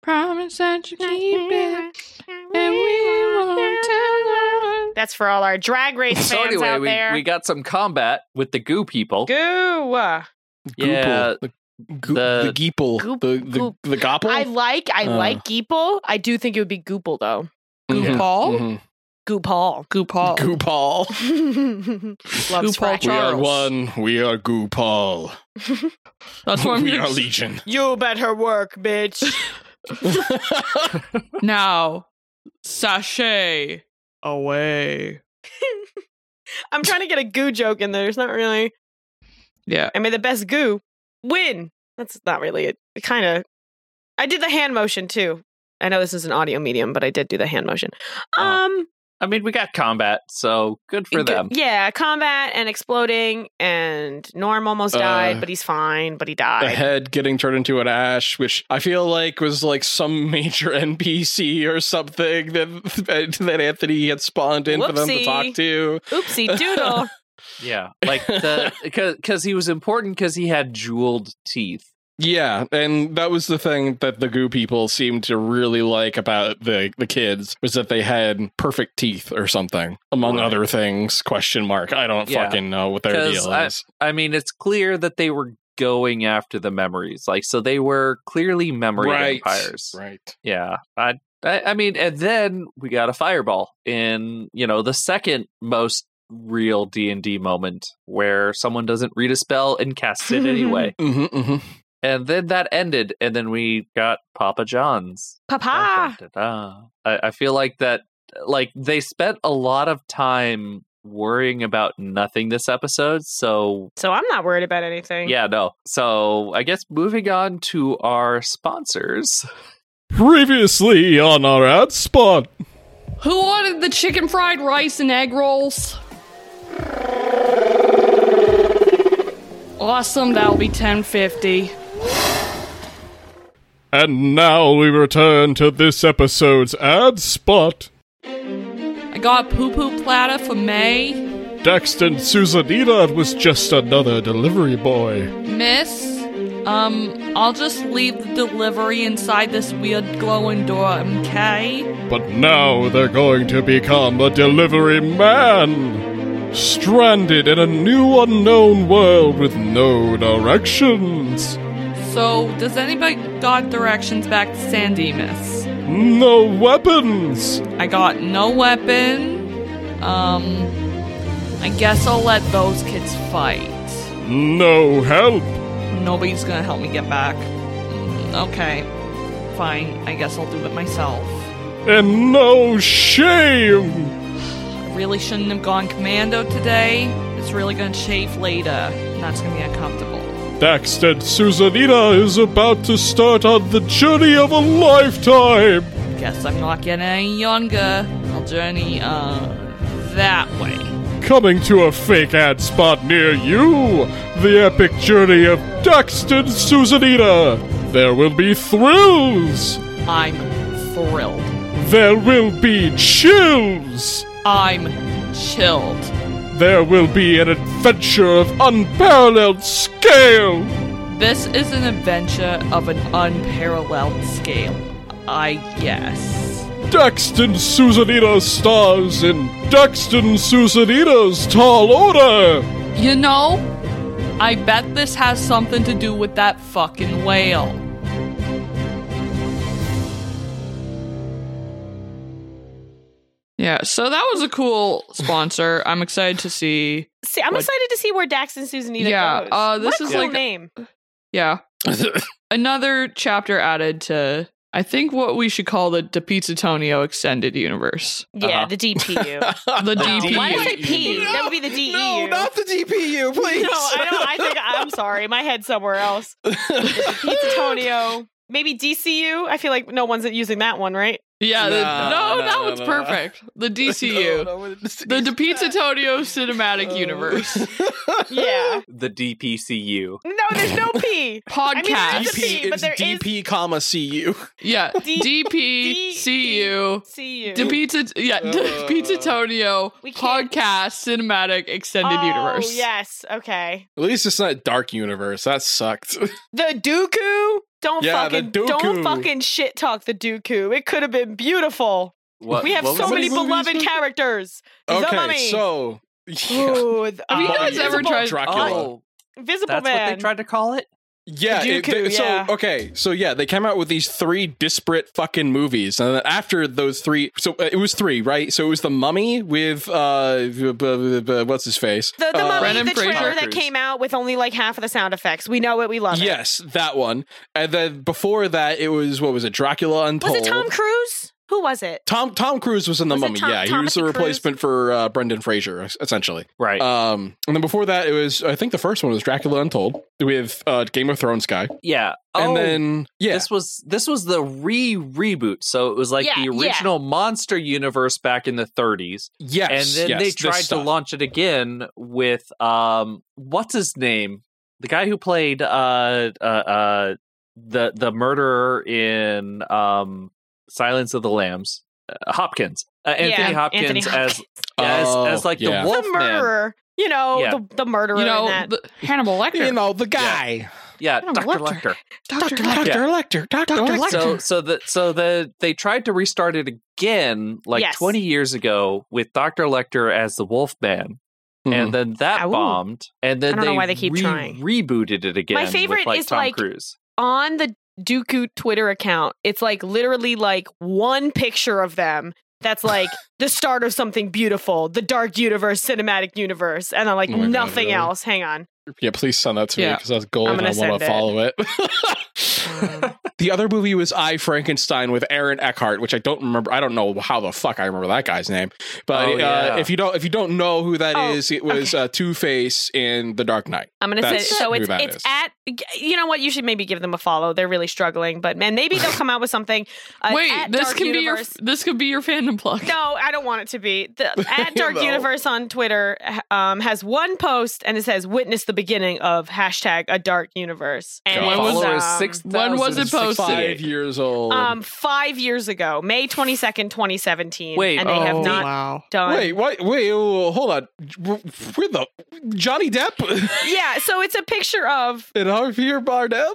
Speaker 1: Promise that you keep it, and
Speaker 2: That's
Speaker 1: we won't tell no one.
Speaker 2: for all our drag race fans
Speaker 3: so anyway,
Speaker 2: out
Speaker 3: we
Speaker 2: there.
Speaker 3: we got some combat with the goo people.
Speaker 2: Goo.
Speaker 3: Yeah.
Speaker 4: Goople. The, goo,
Speaker 3: The-
Speaker 4: the, geeple.
Speaker 2: Goop-
Speaker 4: the the,
Speaker 2: goop.
Speaker 4: the gopple.
Speaker 2: I like I
Speaker 4: Uh.
Speaker 2: like Geeple. I do think it would be Goople though.
Speaker 4: Yeah.
Speaker 1: Goopal?
Speaker 4: Mhm.
Speaker 2: Goopal.
Speaker 1: Goopal.
Speaker 4: Mm-hmm. Goopal.
Speaker 2: Love
Speaker 1: Goopal
Speaker 2: Scratch.
Speaker 4: We are
Speaker 1: Charles.
Speaker 4: one. We are Goopal.
Speaker 1: That's what I'm
Speaker 4: we
Speaker 1: gonna
Speaker 4: are Legion.
Speaker 2: You better work, bitch.
Speaker 1: Now, sachet away.
Speaker 2: I'm trying to get a goo joke in there. It's not really.
Speaker 1: Yeah.
Speaker 2: I made the best goo win. That's not really it. Kind of. I did the hand motion too. I know this is an audio medium, but I did do the hand motion.
Speaker 1: Ah,
Speaker 3: Uh-huh.
Speaker 2: Um,
Speaker 3: I mean, we got combat, so good for
Speaker 2: Good-
Speaker 3: them.
Speaker 2: Yeah, combat and exploding, and Norm almost
Speaker 4: Uh,
Speaker 2: died, but he's fine, but he
Speaker 4: a
Speaker 2: died.
Speaker 4: head getting turned into an ash, which I feel like was like some major NPC or something that that Anthony had spawned in for them to
Speaker 2: Whoopsie.
Speaker 4: talk to.
Speaker 2: Oopsie doodle.
Speaker 3: Yeah, like the because he was important because he had jeweled teeth.
Speaker 4: Yeah, and that was the thing that the goo people seemed to really like about the the kids was that they had perfect teeth or something, among
Speaker 3: Right.
Speaker 4: other things. Question mark. I don't
Speaker 3: Yeah.
Speaker 4: fucking know what their
Speaker 3: 'Cause
Speaker 4: deal
Speaker 3: I-
Speaker 4: is.
Speaker 3: I mean, it's clear that they were going after the memories, like so they were clearly memory vampires.
Speaker 4: Right.
Speaker 3: Yeah, I, I, I mean, and then we got a fireball in you know the second most real D and D moment where someone doesn't read a spell and casts it anyway,
Speaker 4: hmm hmm
Speaker 3: and then that ended, and then we got Papa John's.
Speaker 4: Ah.
Speaker 2: Papa.
Speaker 3: Dun, dun, dun, dun. I, I feel like that, like they spent a lot of time worrying about nothing this episode. So
Speaker 2: So I'm not worried about anything.
Speaker 3: yeah, no. So I guess moving on to our sponsors.
Speaker 5: Previously on our ad spot.
Speaker 1: Who wanted the chicken fried rice and egg rolls? Awesome, that'll be 1050.
Speaker 5: And now we return to this episode's ad spot.
Speaker 1: I got a poo poo platter for May.
Speaker 5: Daxton Susanita was just another delivery boy.
Speaker 1: Miss, um, I'll just leave the delivery inside this weird glowing door, okay?
Speaker 5: But now they're going to become a delivery man! Stranded in a new unknown world with no directions.
Speaker 1: So, does anybody got directions back to Sandy, Miss?
Speaker 5: No weapons!
Speaker 1: I got no weapon. Um, I guess I'll let those kids fight.
Speaker 5: No help!
Speaker 1: Nobody's gonna help me get back. Mm, Okay, fine. I guess I'll do it myself.
Speaker 5: And no shame!
Speaker 1: I really shouldn't have gone commando today. It's really gonna chafe later, and that's gonna be uncomfortable.
Speaker 5: Daxton Susanita is about to start on the journey of a lifetime!
Speaker 1: Guess I'm not getting any younger. I'll journey uh that way.
Speaker 5: Coming to a fake ad spot near you, the epic journey of Daxton Susanita. There will be thrills.
Speaker 1: I'm thrilled.
Speaker 5: There will be chills.
Speaker 1: I'm chilled.
Speaker 5: There will be an adventure of unparalleled scale.
Speaker 1: This is an adventure of an unparalleled scale. I guess.
Speaker 5: Daxton Susanita stars in Daxton Susanita's Tall Order.
Speaker 1: You know, I bet this has something to do with that fucking whale. Yeah, so that was a cool sponsor. I'm excited to see.
Speaker 2: See, I'm
Speaker 1: Like-
Speaker 2: excited to see where Dax and Susanita
Speaker 1: Yeah,
Speaker 2: goes.
Speaker 1: uh, this
Speaker 2: what a
Speaker 1: is
Speaker 2: cool
Speaker 1: like-
Speaker 2: name.
Speaker 1: Yeah, another chapter added to I think what we should call the De Pizzatonio extended universe.
Speaker 2: Yeah, the DPU.
Speaker 1: The
Speaker 2: No,
Speaker 3: E.
Speaker 1: DP.
Speaker 2: Why did I say P? that would be the DEU.
Speaker 4: No, not the DPU, please.
Speaker 2: No, I don't. I think I'm sorry. My head's somewhere else. Pizza Tonio. Maybe DCU. I feel like no one's using that one, right?
Speaker 1: Yeah, the,
Speaker 4: Nah,
Speaker 1: no,
Speaker 4: nah,
Speaker 1: that
Speaker 4: nah,
Speaker 1: one's
Speaker 4: nah.
Speaker 1: perfect. The DCU. The De Pizzatonio
Speaker 4: Oh.
Speaker 2: Oh.
Speaker 1: Cinematic Universe
Speaker 2: Yeah.
Speaker 3: The DPCU.
Speaker 2: No, there's no P. mean,
Speaker 1: podcast.
Speaker 2: It's a P, but
Speaker 4: it's
Speaker 2: there is-
Speaker 4: DP comma CU.
Speaker 1: Yeah,
Speaker 2: D-
Speaker 1: DP, CU,
Speaker 2: CU.
Speaker 1: De Pizza, yeah, De
Speaker 4: Uh,
Speaker 1: Pizzatonio
Speaker 2: Oh. we can't-
Speaker 1: podcast cinematic extended
Speaker 2: oh,
Speaker 1: universe.
Speaker 2: Yes. Okay.
Speaker 4: At least it's not Dark Universe. That sucked.
Speaker 2: The Dooku. Don't
Speaker 4: Yeah, the
Speaker 2: fucking
Speaker 4: Dooku.
Speaker 2: don't fucking shit talk the Dooku. It could have been beautiful.
Speaker 3: What,
Speaker 2: we have
Speaker 3: Uh, what
Speaker 2: so
Speaker 3: was
Speaker 2: many
Speaker 3: it?
Speaker 4: movies
Speaker 2: beloved
Speaker 4: was it?
Speaker 2: characters. the
Speaker 4: okay,
Speaker 2: Mummy.
Speaker 4: so yeah,
Speaker 2: Ooh, the,
Speaker 1: Have you
Speaker 2: oh,
Speaker 1: guys ever
Speaker 2: Invisible-
Speaker 1: tried-
Speaker 4: Dracula.
Speaker 3: Oh,
Speaker 2: Invisible
Speaker 3: that's
Speaker 2: Man?
Speaker 3: what they tried to call it.
Speaker 4: yeah, it-
Speaker 2: Dooku,
Speaker 4: they-
Speaker 2: yeah.
Speaker 4: So okay, so yeah, they came out with these three disparate fucking movies, and then after those three, so uh, it was three, right? So it was the Mummy with uh, b- b- b- what's his face?
Speaker 2: The, the
Speaker 4: Uh,
Speaker 2: mummy,
Speaker 1: Brendan
Speaker 2: the trailer
Speaker 1: Fraser.
Speaker 2: that came out with only like half of the sound effects. We know it, we love it.
Speaker 4: Yes, that one. And then before that, it was what was it? Dracula Untold.
Speaker 2: Was it Tom Cruise? Who was it?
Speaker 4: Tom Tom Cruise was in the
Speaker 2: Was it
Speaker 4: Mummy.
Speaker 2: Tom-
Speaker 4: yeah, he was
Speaker 2: Tomothy
Speaker 4: a
Speaker 2: Cruise?
Speaker 4: replacement for uh, Brendan Fraser, es- essentially.
Speaker 3: Right.
Speaker 4: Um, and then before that, it was I think the first one was Dracula Untold with uh, Game of Thrones guy,
Speaker 3: yeah.
Speaker 4: and
Speaker 3: Oh,
Speaker 4: then yeah,
Speaker 3: This was this was the re reboot, so it was like
Speaker 2: Yeah,
Speaker 3: the
Speaker 2: yeah.
Speaker 3: original monster universe back in the 30s,
Speaker 4: yes,
Speaker 3: and then
Speaker 4: yes,
Speaker 3: they
Speaker 4: this
Speaker 3: tried to
Speaker 4: stuff.
Speaker 3: launch it again with um, what's his name, the guy who played uh uh, uh the the murderer in um Silence of the Lambs, uh, Hopkins, uh, Anthony,
Speaker 2: Yeah,
Speaker 3: Hopkins
Speaker 2: Anthony
Speaker 3: as as,
Speaker 4: Oh,
Speaker 3: as like
Speaker 4: yeah.
Speaker 3: the wolf
Speaker 2: the
Speaker 3: man,
Speaker 2: murderer. You know,
Speaker 3: Yeah.
Speaker 2: the, the murderer
Speaker 1: you
Speaker 2: in
Speaker 1: know,
Speaker 2: that.
Speaker 1: the, Hannibal Lecter.
Speaker 4: you know the guy,
Speaker 3: yeah,
Speaker 1: Adam
Speaker 3: Doctor
Speaker 1: Lecter.
Speaker 3: Lecter.
Speaker 1: Dr.
Speaker 4: Doctor
Speaker 3: Yeah.
Speaker 4: Lecter, Doctor Lecter.
Speaker 3: So so the so the they tried to restart it again like
Speaker 2: Yes.
Speaker 3: 20 years ago with Dr. Lecter as the Wolfman
Speaker 4: Mhm.
Speaker 3: and then that
Speaker 2: Ow.
Speaker 3: bombed and then
Speaker 7: I don't
Speaker 3: they
Speaker 7: know why they keep trying.
Speaker 3: rebooted it again. with,
Speaker 2: favorite
Speaker 3: like,
Speaker 2: is,
Speaker 3: Tom
Speaker 2: like,
Speaker 3: Cruise.
Speaker 2: on the Dooku Twitter account, it's like literally like one picture of them that's like the start of something beautiful, the dark universe, cinematic universe, and then like
Speaker 4: Oh my God,
Speaker 2: nothing
Speaker 4: really?
Speaker 2: else. Hang on.
Speaker 4: yeah, please send that to me
Speaker 1: Yeah.
Speaker 4: because that's gold,
Speaker 2: I'm
Speaker 4: and
Speaker 2: gonna
Speaker 4: I
Speaker 2: send
Speaker 4: want to
Speaker 2: it.
Speaker 4: follow it. the other movie was I Frankenstein with Aaron Eckhart, which I don't remember. I don't know how the fuck I remember that guy's name. But
Speaker 3: Oh,
Speaker 4: uh,
Speaker 3: yeah.
Speaker 4: if you don't if you don't know who that
Speaker 2: Oh,
Speaker 4: is, it was uh, Two Face in The Dark Knight.
Speaker 2: I'm gonna say
Speaker 4: That's
Speaker 2: so.
Speaker 4: who
Speaker 2: It's
Speaker 4: that
Speaker 2: it's
Speaker 4: is.
Speaker 2: at you know what you should maybe give them a follow. They're really struggling, but man, maybe they'll come out with something. Uh,
Speaker 1: Wait,
Speaker 2: at
Speaker 1: this
Speaker 2: Dark
Speaker 1: can
Speaker 2: universe.
Speaker 1: be your this could be your fandom plug.
Speaker 2: No, I don't want it to be. The at Dark
Speaker 4: No.
Speaker 2: Universe on Twitter um, has one post and it says "Witness the beginning of hashtag A Dark Universe." And
Speaker 4: God.
Speaker 2: it was,
Speaker 3: Follower is
Speaker 2: um,
Speaker 1: when was it
Speaker 3: 6,068.
Speaker 1: posted?
Speaker 4: Five years old.
Speaker 2: um, five years ago, May twenty second, twenty seventeen.
Speaker 3: Wait,
Speaker 2: and they have
Speaker 1: Oh,
Speaker 2: not
Speaker 1: wow.
Speaker 2: done.
Speaker 4: wait, what? Wait, oh, hold on. Where the Johnny Depp
Speaker 2: Yeah, so it's a picture of
Speaker 4: and Javier Bardem?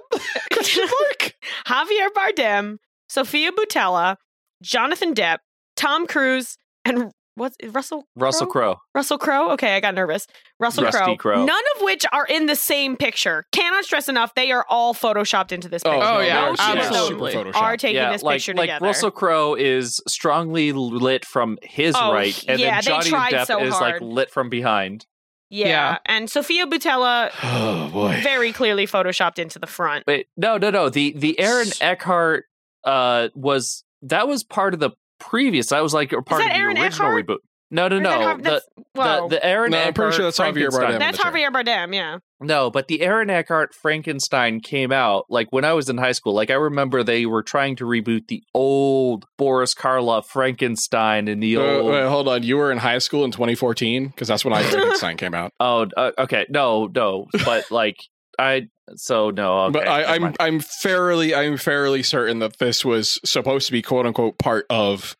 Speaker 4: Question mark.
Speaker 2: Javier Bardem, Sophia Butella, Jonathan Depp, Tom Cruise, and what's Russell
Speaker 3: Russell
Speaker 2: Crowe?
Speaker 3: Crowe.
Speaker 2: Russell Crowe. Okay, I got nervous. Russell
Speaker 3: Rusty
Speaker 2: Crowe.
Speaker 3: Crowe.
Speaker 2: None of which are in the same picture. Cannot stress enough. They are all photoshopped into this picture.
Speaker 1: Oh,
Speaker 4: no,
Speaker 1: yeah,
Speaker 4: they're super-
Speaker 1: absolutely.
Speaker 4: super photoshopped.
Speaker 2: Are taking
Speaker 3: yeah,
Speaker 2: this
Speaker 3: like,
Speaker 2: picture
Speaker 3: like
Speaker 2: together.
Speaker 3: Russell Crowe is strongly lit from his
Speaker 2: Oh,
Speaker 3: right, and
Speaker 2: yeah,
Speaker 3: then
Speaker 2: they
Speaker 3: Johnny
Speaker 2: tried
Speaker 3: Depp
Speaker 2: so
Speaker 3: is like
Speaker 2: hard.
Speaker 3: lit from behind.
Speaker 2: yeah.
Speaker 1: Yeah.
Speaker 2: and Sophia Butella
Speaker 4: Oh boy.
Speaker 2: very clearly photoshopped into the front.
Speaker 3: Wait, no, no, no. The the Aaron Eckhart uh was that was part of the previous. That was like a part
Speaker 2: that
Speaker 3: of the
Speaker 2: Aaron
Speaker 3: original
Speaker 2: Eckhart?
Speaker 3: reboot. No, no,
Speaker 2: Or is that
Speaker 3: no.
Speaker 2: Har-
Speaker 3: the,
Speaker 2: that's- whoa.
Speaker 3: the the Aaron
Speaker 4: No,
Speaker 3: Eckhart.
Speaker 4: I'm pretty sure that's Javier
Speaker 3: Frankenstein.
Speaker 4: Bardem.
Speaker 2: that's Javier Bardem. Yeah,
Speaker 3: No, but the Aaron Eckhart Frankenstein came out like when I was in high school. Like I remember they were trying to reboot the old Boris Karloff Frankenstein and the
Speaker 4: Uh,
Speaker 3: old.
Speaker 4: wait, hold on. You were in high school in 2014 because that's when I Frankenstein came out.
Speaker 3: oh, uh, okay. No, no. But like I. So no. Okay,
Speaker 4: but I,
Speaker 3: never
Speaker 4: I'm
Speaker 3: mind.
Speaker 4: I'm fairly I'm fairly certain that this was supposed to be quote unquote part of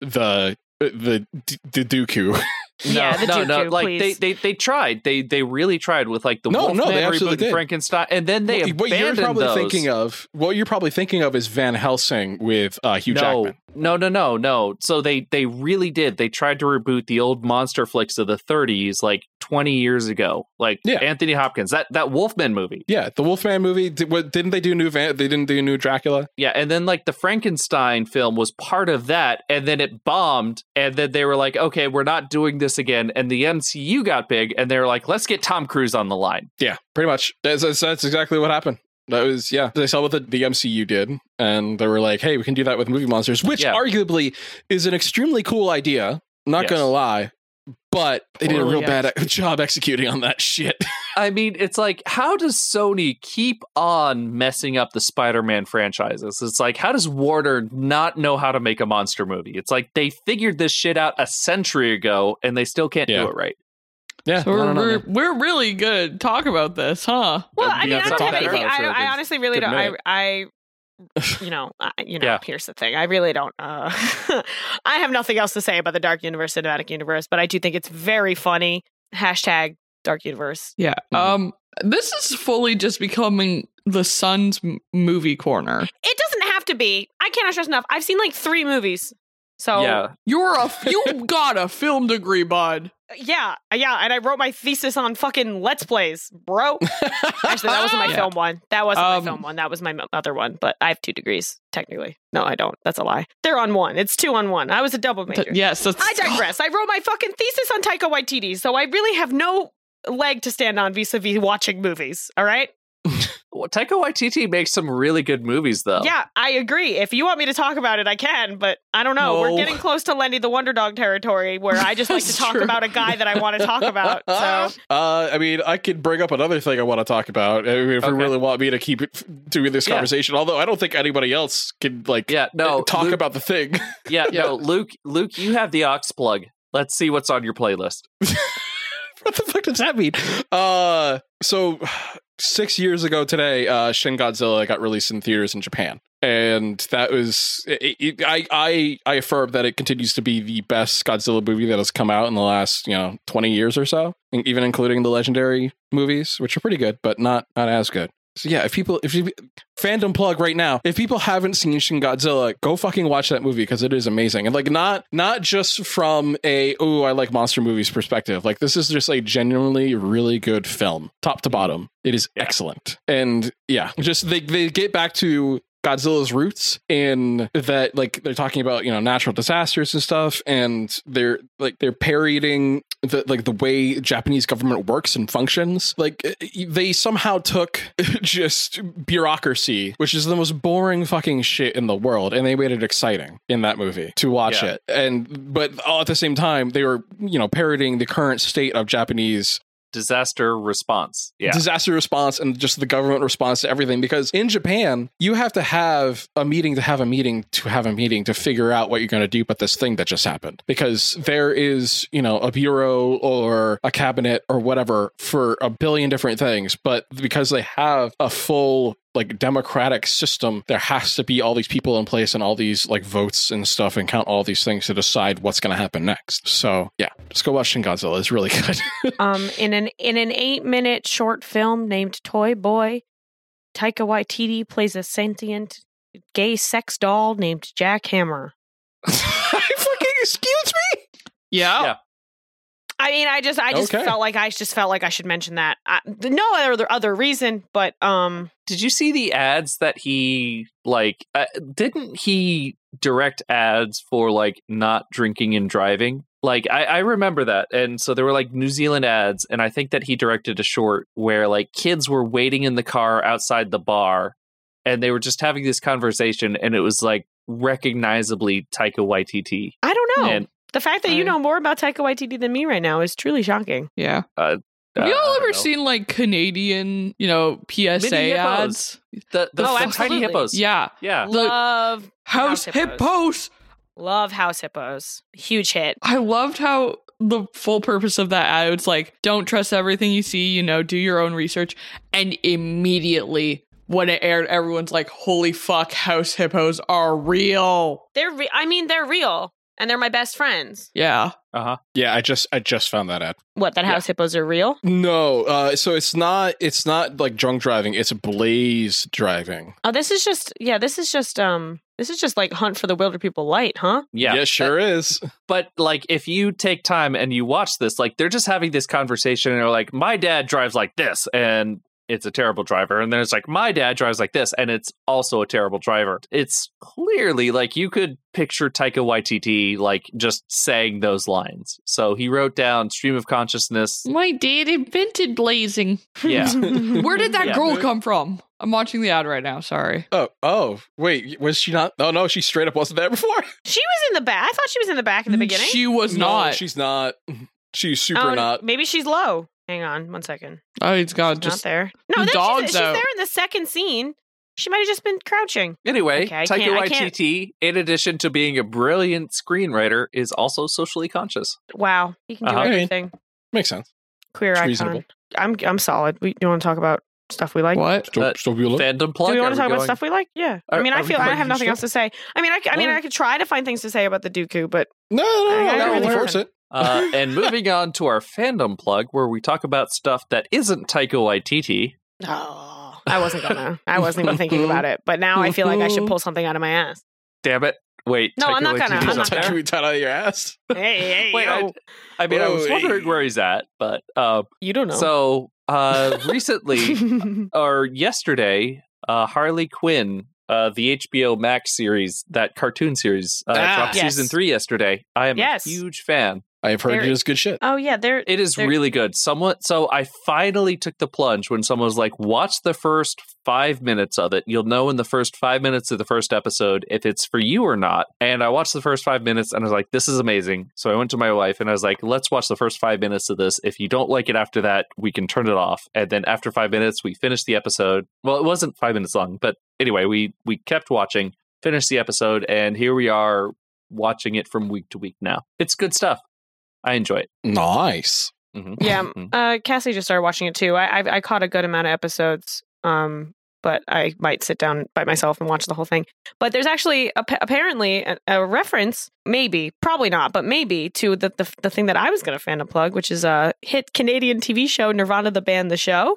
Speaker 4: the the the Dooku.
Speaker 2: yeah. The
Speaker 3: no,
Speaker 2: Dooku,
Speaker 3: no, like
Speaker 2: please.
Speaker 3: they, they they tried. They they really tried with like the
Speaker 4: No,
Speaker 3: Wolfman
Speaker 4: no, they absolutely
Speaker 3: reboot,
Speaker 4: did.
Speaker 3: and Frankenstein, and then they
Speaker 4: what, what you're
Speaker 3: abandoned
Speaker 4: probably
Speaker 3: those.
Speaker 4: thinking of what you're probably thinking of is Van Helsing with uh, Hugh
Speaker 3: no,
Speaker 4: Jackman.
Speaker 3: no, no, no, no. So they they really did. They tried to reboot the old monster flicks of the 30s, like 20 years ago. Like
Speaker 4: Yeah.
Speaker 3: Anthony Hopkins, that that Wolfman movie.
Speaker 4: Yeah, the Wolfman movie. Did, what, didn't they do new Van? They didn't do new Dracula.
Speaker 3: Yeah, and then like the Frankenstein film was part of that, and then it bombed, and then they were like, okay, we're not doing this again. And the MCU got big, and they were like, let's get Tom Cruise on the line.
Speaker 4: Yeah, pretty much. That's, that's, that's exactly what happened. That was yeah. They saw what the, the MCU did, and they were like, "Hey, we can do that with movie monsters," which
Speaker 3: Yeah.
Speaker 4: arguably is an extremely cool idea. Not
Speaker 3: Yes.
Speaker 4: gonna lie, but they did a
Speaker 1: Poorly
Speaker 4: real bad e- job executing on that shit.
Speaker 3: I mean, it's like, how does Sony keep on messing up the Spider-Man franchises? It's like, how does Warner not know how to make a monster movie? It's like they figured this shit out a century ago and they still can't
Speaker 4: Yeah.
Speaker 3: do it right.
Speaker 4: yeah,
Speaker 1: So we're, we're, we're really good. Talk about this, huh?
Speaker 2: well,
Speaker 3: that'd
Speaker 2: I
Speaker 3: be
Speaker 2: mean, I don't
Speaker 3: something
Speaker 2: have anything.
Speaker 3: about
Speaker 2: I,
Speaker 3: it, so
Speaker 2: I
Speaker 3: it's
Speaker 2: honestly really
Speaker 4: good
Speaker 2: don't. I,
Speaker 4: minute.
Speaker 2: I, you know, I, you know.
Speaker 3: Yeah.
Speaker 2: Here's the thing. I really don't. Uh, I have nothing else to say about the Dark Universe cinematic universe, but I do think it's very funny. Hashtag Dark Universe.
Speaker 1: Yeah.
Speaker 4: Mhm.
Speaker 1: Um, this is fully just becoming the Sun's m- movie corner.
Speaker 2: It doesn't have to be. I cannot stress enough. I've seen like three movies. So
Speaker 3: Yeah.
Speaker 1: You're a you got a film degree, bud.
Speaker 2: yeah, yeah, and I wrote my thesis on fucking Let's Plays, bro. Actually, that wasn't my
Speaker 1: Yeah.
Speaker 2: film one. That wasn't
Speaker 1: Um,
Speaker 2: my film one. That was my m- other one. But I have two degrees technically. No, I don't. That's a lie. They're on one. It's two on one. I was a double major.
Speaker 1: yes, that's
Speaker 2: I digress. I wrote my fucking thesis on Taika Waititi, so I really have no leg to stand on vis-a-vis watching movies. All right.
Speaker 3: Well, Taika Waititi makes some really good movies,
Speaker 1: Oh.
Speaker 3: though.
Speaker 2: Yeah, I agree. If you want me to talk about it, I can, but I don't know.
Speaker 1: No.
Speaker 2: We're getting close to Lenny the Wonder Dog territory where I just like to
Speaker 1: That's
Speaker 2: talk
Speaker 1: true.
Speaker 2: about a guy that I want to talk about. So
Speaker 4: uh, I mean, I could bring up another thing I want to talk about I mean, if
Speaker 3: Okay.
Speaker 4: you really want me to keep it, doing this
Speaker 3: Yeah.
Speaker 4: conversation. Although I don't think anybody else can like
Speaker 3: Yeah. No.
Speaker 4: talk
Speaker 3: Luke-
Speaker 4: about the thing.
Speaker 3: Yeah, no, Luke. Luke, you have the ox plug. Let's see what's on your playlist.
Speaker 4: what the fuck does that mean? Uh, so six years ago today, uh, Shin Godzilla got released in theaters in Japan, and that was it, it, I I I affirm that it continues to be the best Godzilla movie that has come out in the last you know twenty years or so, in- even including the legendary movies, which are pretty good, but not not as good. So yeah, if people if you fandom plug right now, if people haven't seen Shin Godzilla, go fucking watch that movie because it is amazing. And like not not just from a oh I like monster movies perspective. Like this is just a genuinely really good film, top to bottom. It is
Speaker 3: Yeah.
Speaker 4: excellent. And yeah, just they they get back to Godzilla's roots in that like they're talking about, you know, natural disasters and stuff and they're like they're parodying the like the way Japanese government works and functions. Like eh, eh, they somehow took just bureaucracy, which is the most boring fucking shit in the world, and they made it exciting in that movie to watch
Speaker 3: Yeah.
Speaker 4: it. And but all at the same time, they were, you know, parodying the current state of Japanese
Speaker 3: Disaster response. Yeah.
Speaker 4: disaster response and just the government response to everything because in Japan you have to have a meeting to have a meeting to have a meeting to figure out what you're going to do about this thing that just happened because there is you know a bureau or a cabinet or whatever for a billion different things but because they have a full like democratic system there has to be all these people in place and all these like votes and stuff and count all these things to decide what's going to happen next so yeah just go watch Shin Godzilla it's really good
Speaker 7: um, in an in an eight minute short film named Toy Boy, Taika Waititi plays a sentient gay sex doll named Jack Hammer.
Speaker 4: fucking excuse me
Speaker 1: Yeah.
Speaker 3: Yeah.
Speaker 2: I mean, I just I just
Speaker 4: Okay.
Speaker 2: felt like I just felt like I should mention that. I, no other other reason, but um,
Speaker 3: Did you see the ads that he like? Uh, didn't he direct ads for like not drinking and driving? Like I, I remember that, and so there were like New Zealand ads, and I think that he directed a short where like kids were waiting in the car outside the bar, and they were just having this conversation, and it was like recognizably Taika Waititi.
Speaker 7: I don't
Speaker 1: Oh,
Speaker 7: know.
Speaker 3: And
Speaker 7: the fact that
Speaker 1: I-
Speaker 7: you know more about Taika Waititi than me right now is truly shocking.
Speaker 1: Yeah.
Speaker 3: uh,
Speaker 1: Have y'all
Speaker 3: I don't
Speaker 1: ever
Speaker 3: know.
Speaker 1: seen like Canadian, you know, PSA
Speaker 3: Mini
Speaker 1: ads?
Speaker 3: the, the,
Speaker 2: Oh,
Speaker 3: the tiny
Speaker 2: absolutely.
Speaker 3: hippos?
Speaker 1: Yeah.
Speaker 3: yeah.
Speaker 2: love
Speaker 1: House,
Speaker 2: House
Speaker 1: hippos.
Speaker 2: hippos. love House Hippos, huge hit.
Speaker 1: I loved how the full purpose of that ad was like, don't trust everything you see, you know, do your own research. And immediately when it aired, everyone's like, holy fuck, house hippos are real.
Speaker 2: They're re- I mean they're real and they're my best friends.
Speaker 1: Yeah.
Speaker 4: Yeah, I just I just found that ad.
Speaker 7: What that
Speaker 3: Yeah.
Speaker 7: house hippos are real?
Speaker 4: No, uh, so it's not it's not like drunk driving. It's blaze driving.
Speaker 7: Oh, this is just yeah. This is just um. This is just like Hunt for the Wilder People light, huh?
Speaker 3: Yeah.
Speaker 4: yeah, sure is.
Speaker 3: but like if you take time and you watch this like they're just having this conversation and they're like my dad drives like this and it's a terrible driver and then it's like my dad drives like this and it's also a terrible driver it's clearly like you could picture taika waititi like just saying those lines so he wrote down stream of consciousness
Speaker 1: My dad invented blazing.
Speaker 3: yeah
Speaker 1: Where did that
Speaker 3: Yeah.
Speaker 1: girl come from? I'm watching the ad right now. Sorry.
Speaker 4: Oh, oh, wait, was she not? Oh no, she straight up wasn't there before.
Speaker 2: She was in the back. I thought she was in the back
Speaker 7: Mm,
Speaker 2: in the beginning.
Speaker 1: She was
Speaker 4: No,
Speaker 1: not.
Speaker 4: She's not. She's super
Speaker 2: Oh,
Speaker 4: not.
Speaker 2: Maybe she's low. Hang on one second.
Speaker 1: oh, it's got
Speaker 7: Not
Speaker 1: just.
Speaker 7: there.
Speaker 1: The
Speaker 2: No, then she's-
Speaker 1: dog's
Speaker 2: she's,
Speaker 1: out.
Speaker 2: there in the second scene. She might have just been crouching.
Speaker 3: anyway
Speaker 2: Okay, I
Speaker 3: taika
Speaker 2: can't- I can't-
Speaker 3: waititi in addition to being a brilliant screenwriter is also socially conscious
Speaker 7: Wow, he can do
Speaker 3: Uh-huh. I
Speaker 4: mean,
Speaker 7: everything.
Speaker 4: Makes sense.
Speaker 7: Queer
Speaker 4: it's
Speaker 7: icon.
Speaker 4: reasonable.
Speaker 7: I'm I'm solid. We you want to talk about stuff we like?
Speaker 1: What?
Speaker 4: Still,
Speaker 3: Uh,
Speaker 4: still be alone.
Speaker 3: fandom plug
Speaker 7: Do we
Speaker 3: Are
Speaker 7: want to talk about
Speaker 3: going-
Speaker 7: stuff we like? Yeah.
Speaker 3: Are-
Speaker 7: I mean,
Speaker 3: are
Speaker 7: I
Speaker 3: we
Speaker 7: feel I
Speaker 3: going-
Speaker 7: have nothing else to say. I mean, I, c- I mean,
Speaker 3: Alright.
Speaker 7: I could try to find things to say about the Dooku, but
Speaker 4: No, no, no,
Speaker 7: I- I
Speaker 4: no,
Speaker 7: really
Speaker 4: don't force
Speaker 7: wasn't.
Speaker 4: it.
Speaker 3: Uh, and moving on to our fandom plug, where we talk about stuff that isn't Taika Waititi.
Speaker 7: oh, I wasn't gonna. I wasn't even thinking about it. But now I feel like I should pull something out of my ass.
Speaker 3: Damn it! Wait,
Speaker 7: No,
Speaker 3: Taika
Speaker 7: I'm not gonna-
Speaker 3: Waititi's
Speaker 7: I'm
Speaker 3: up
Speaker 7: not
Speaker 3: there?
Speaker 4: Take you out of your ass.
Speaker 2: Hey, hey,
Speaker 3: Wait,
Speaker 2: yo.
Speaker 3: I, I mean, I was
Speaker 4: Whoa.
Speaker 3: wondering where he's at, but uh,
Speaker 7: You don't know.
Speaker 3: so uh, recently or yesterday, uh, Harley Quinn, uh, the HBO Max series, that cartoon series, uh,
Speaker 4: Ah.
Speaker 3: dropped
Speaker 2: Yes.
Speaker 3: season three yesterday. I am
Speaker 7: Yes.
Speaker 3: a huge fan.
Speaker 4: I have heard
Speaker 2: Very-
Speaker 4: it is good shit.
Speaker 2: Oh yeah, there.
Speaker 3: It is
Speaker 2: There-
Speaker 3: really good. Someone, so I finally took the plunge when someone was like, "Watch the first five minutes of it. You'll know in the first five minutes of the first episode if it's for you or not." And I watched the first five minutes, and I was like, "This is amazing." So I went to my wife and I was like, "Let's watch the first five minutes of this. If you don't like it after that, we can turn it off." And then after five minutes, we finished the episode. Well, it wasn't five minutes long, but anyway, we we kept watching, finished the episode, and here we are watching it from week to week now. It's good stuff. I enjoy it.
Speaker 4: Nice.
Speaker 3: Mhm.
Speaker 2: Yeah.
Speaker 3: Mhm.
Speaker 2: Uh, Cassie just started watching it too. I, I I caught a good amount of episodes. Um, but I might sit down by myself and watch the whole thing. But there's actually ap- apparently a, a reference, maybe, probably not, but maybe to the the, the thing that I was going to fan plug, which is a hit Canadian TV show, Nirvana the band, the show.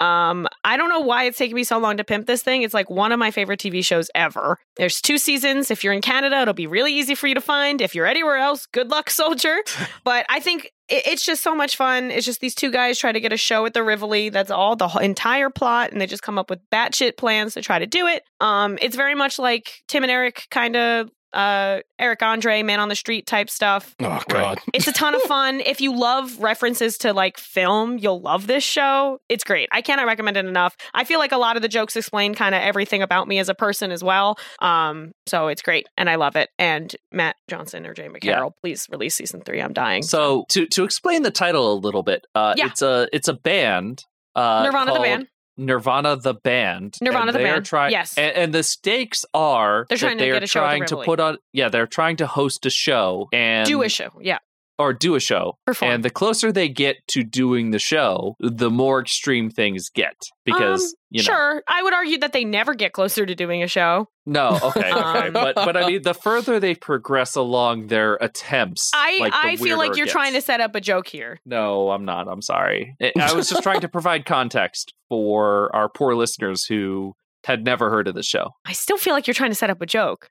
Speaker 2: Um, I don't know why it's taking me so long to pimp this thing. It's like one of my favorite TV shows ever. There's two seasons. If you're in Canada, it'll be really easy for you to find. If you're anywhere else, good luck, soldier. but I think it, it's just so much fun. It's just these two guys try to get a show at the Rivoli. That's all the whole entire plot, and they just come up with batshit plans to try to do it. Um, it's very much like Tim and Eric kind of uh Eric Andre, man on the street type stuff.
Speaker 4: Oh god.
Speaker 2: It's a ton of fun. If you love references to like film, you'll love this show. It's great. I cannot recommend it enough. I feel like a lot of the jokes explain kind of everything about me as a person as well. Um, so it's great and I love it. And Matt Johnson or Jay McCarroll, please release season three. I'm dying.
Speaker 3: So to to explain the title a little bit, uh,
Speaker 2: Yeah.
Speaker 3: it's a it's a band. Uh,
Speaker 2: Nirvana the
Speaker 3: called
Speaker 2: band.
Speaker 3: Nirvana the band.
Speaker 2: Nirvana
Speaker 3: and
Speaker 2: the
Speaker 3: they are
Speaker 2: band,
Speaker 3: trying-
Speaker 2: yes.
Speaker 3: and, and the stakes are
Speaker 2: They're
Speaker 3: that
Speaker 2: trying to
Speaker 3: they
Speaker 2: get
Speaker 3: are
Speaker 2: a show at the
Speaker 3: trying to
Speaker 2: Rivoli.
Speaker 3: put on. Yeah, they're trying to host a show and
Speaker 2: Do a show. Yeah.
Speaker 3: or do a show.
Speaker 2: Perform.
Speaker 3: And the closer they get to doing the show, the more extreme things get because
Speaker 2: Um,
Speaker 3: you know.
Speaker 2: Sure. I would argue that they never get closer to doing a show.
Speaker 3: No, okay, okay.
Speaker 2: Um,
Speaker 3: but but I mean, the further they progress along their attempts,
Speaker 2: I,
Speaker 3: like, the
Speaker 2: I feel
Speaker 3: weirder
Speaker 2: like
Speaker 3: it
Speaker 2: you're
Speaker 3: gets.
Speaker 2: trying to set up a joke here.
Speaker 3: No, I'm not. I'm sorry. I- I was just trying to provide context for our poor listeners who had never heard of the show.
Speaker 2: I still feel like you're trying to set up a joke.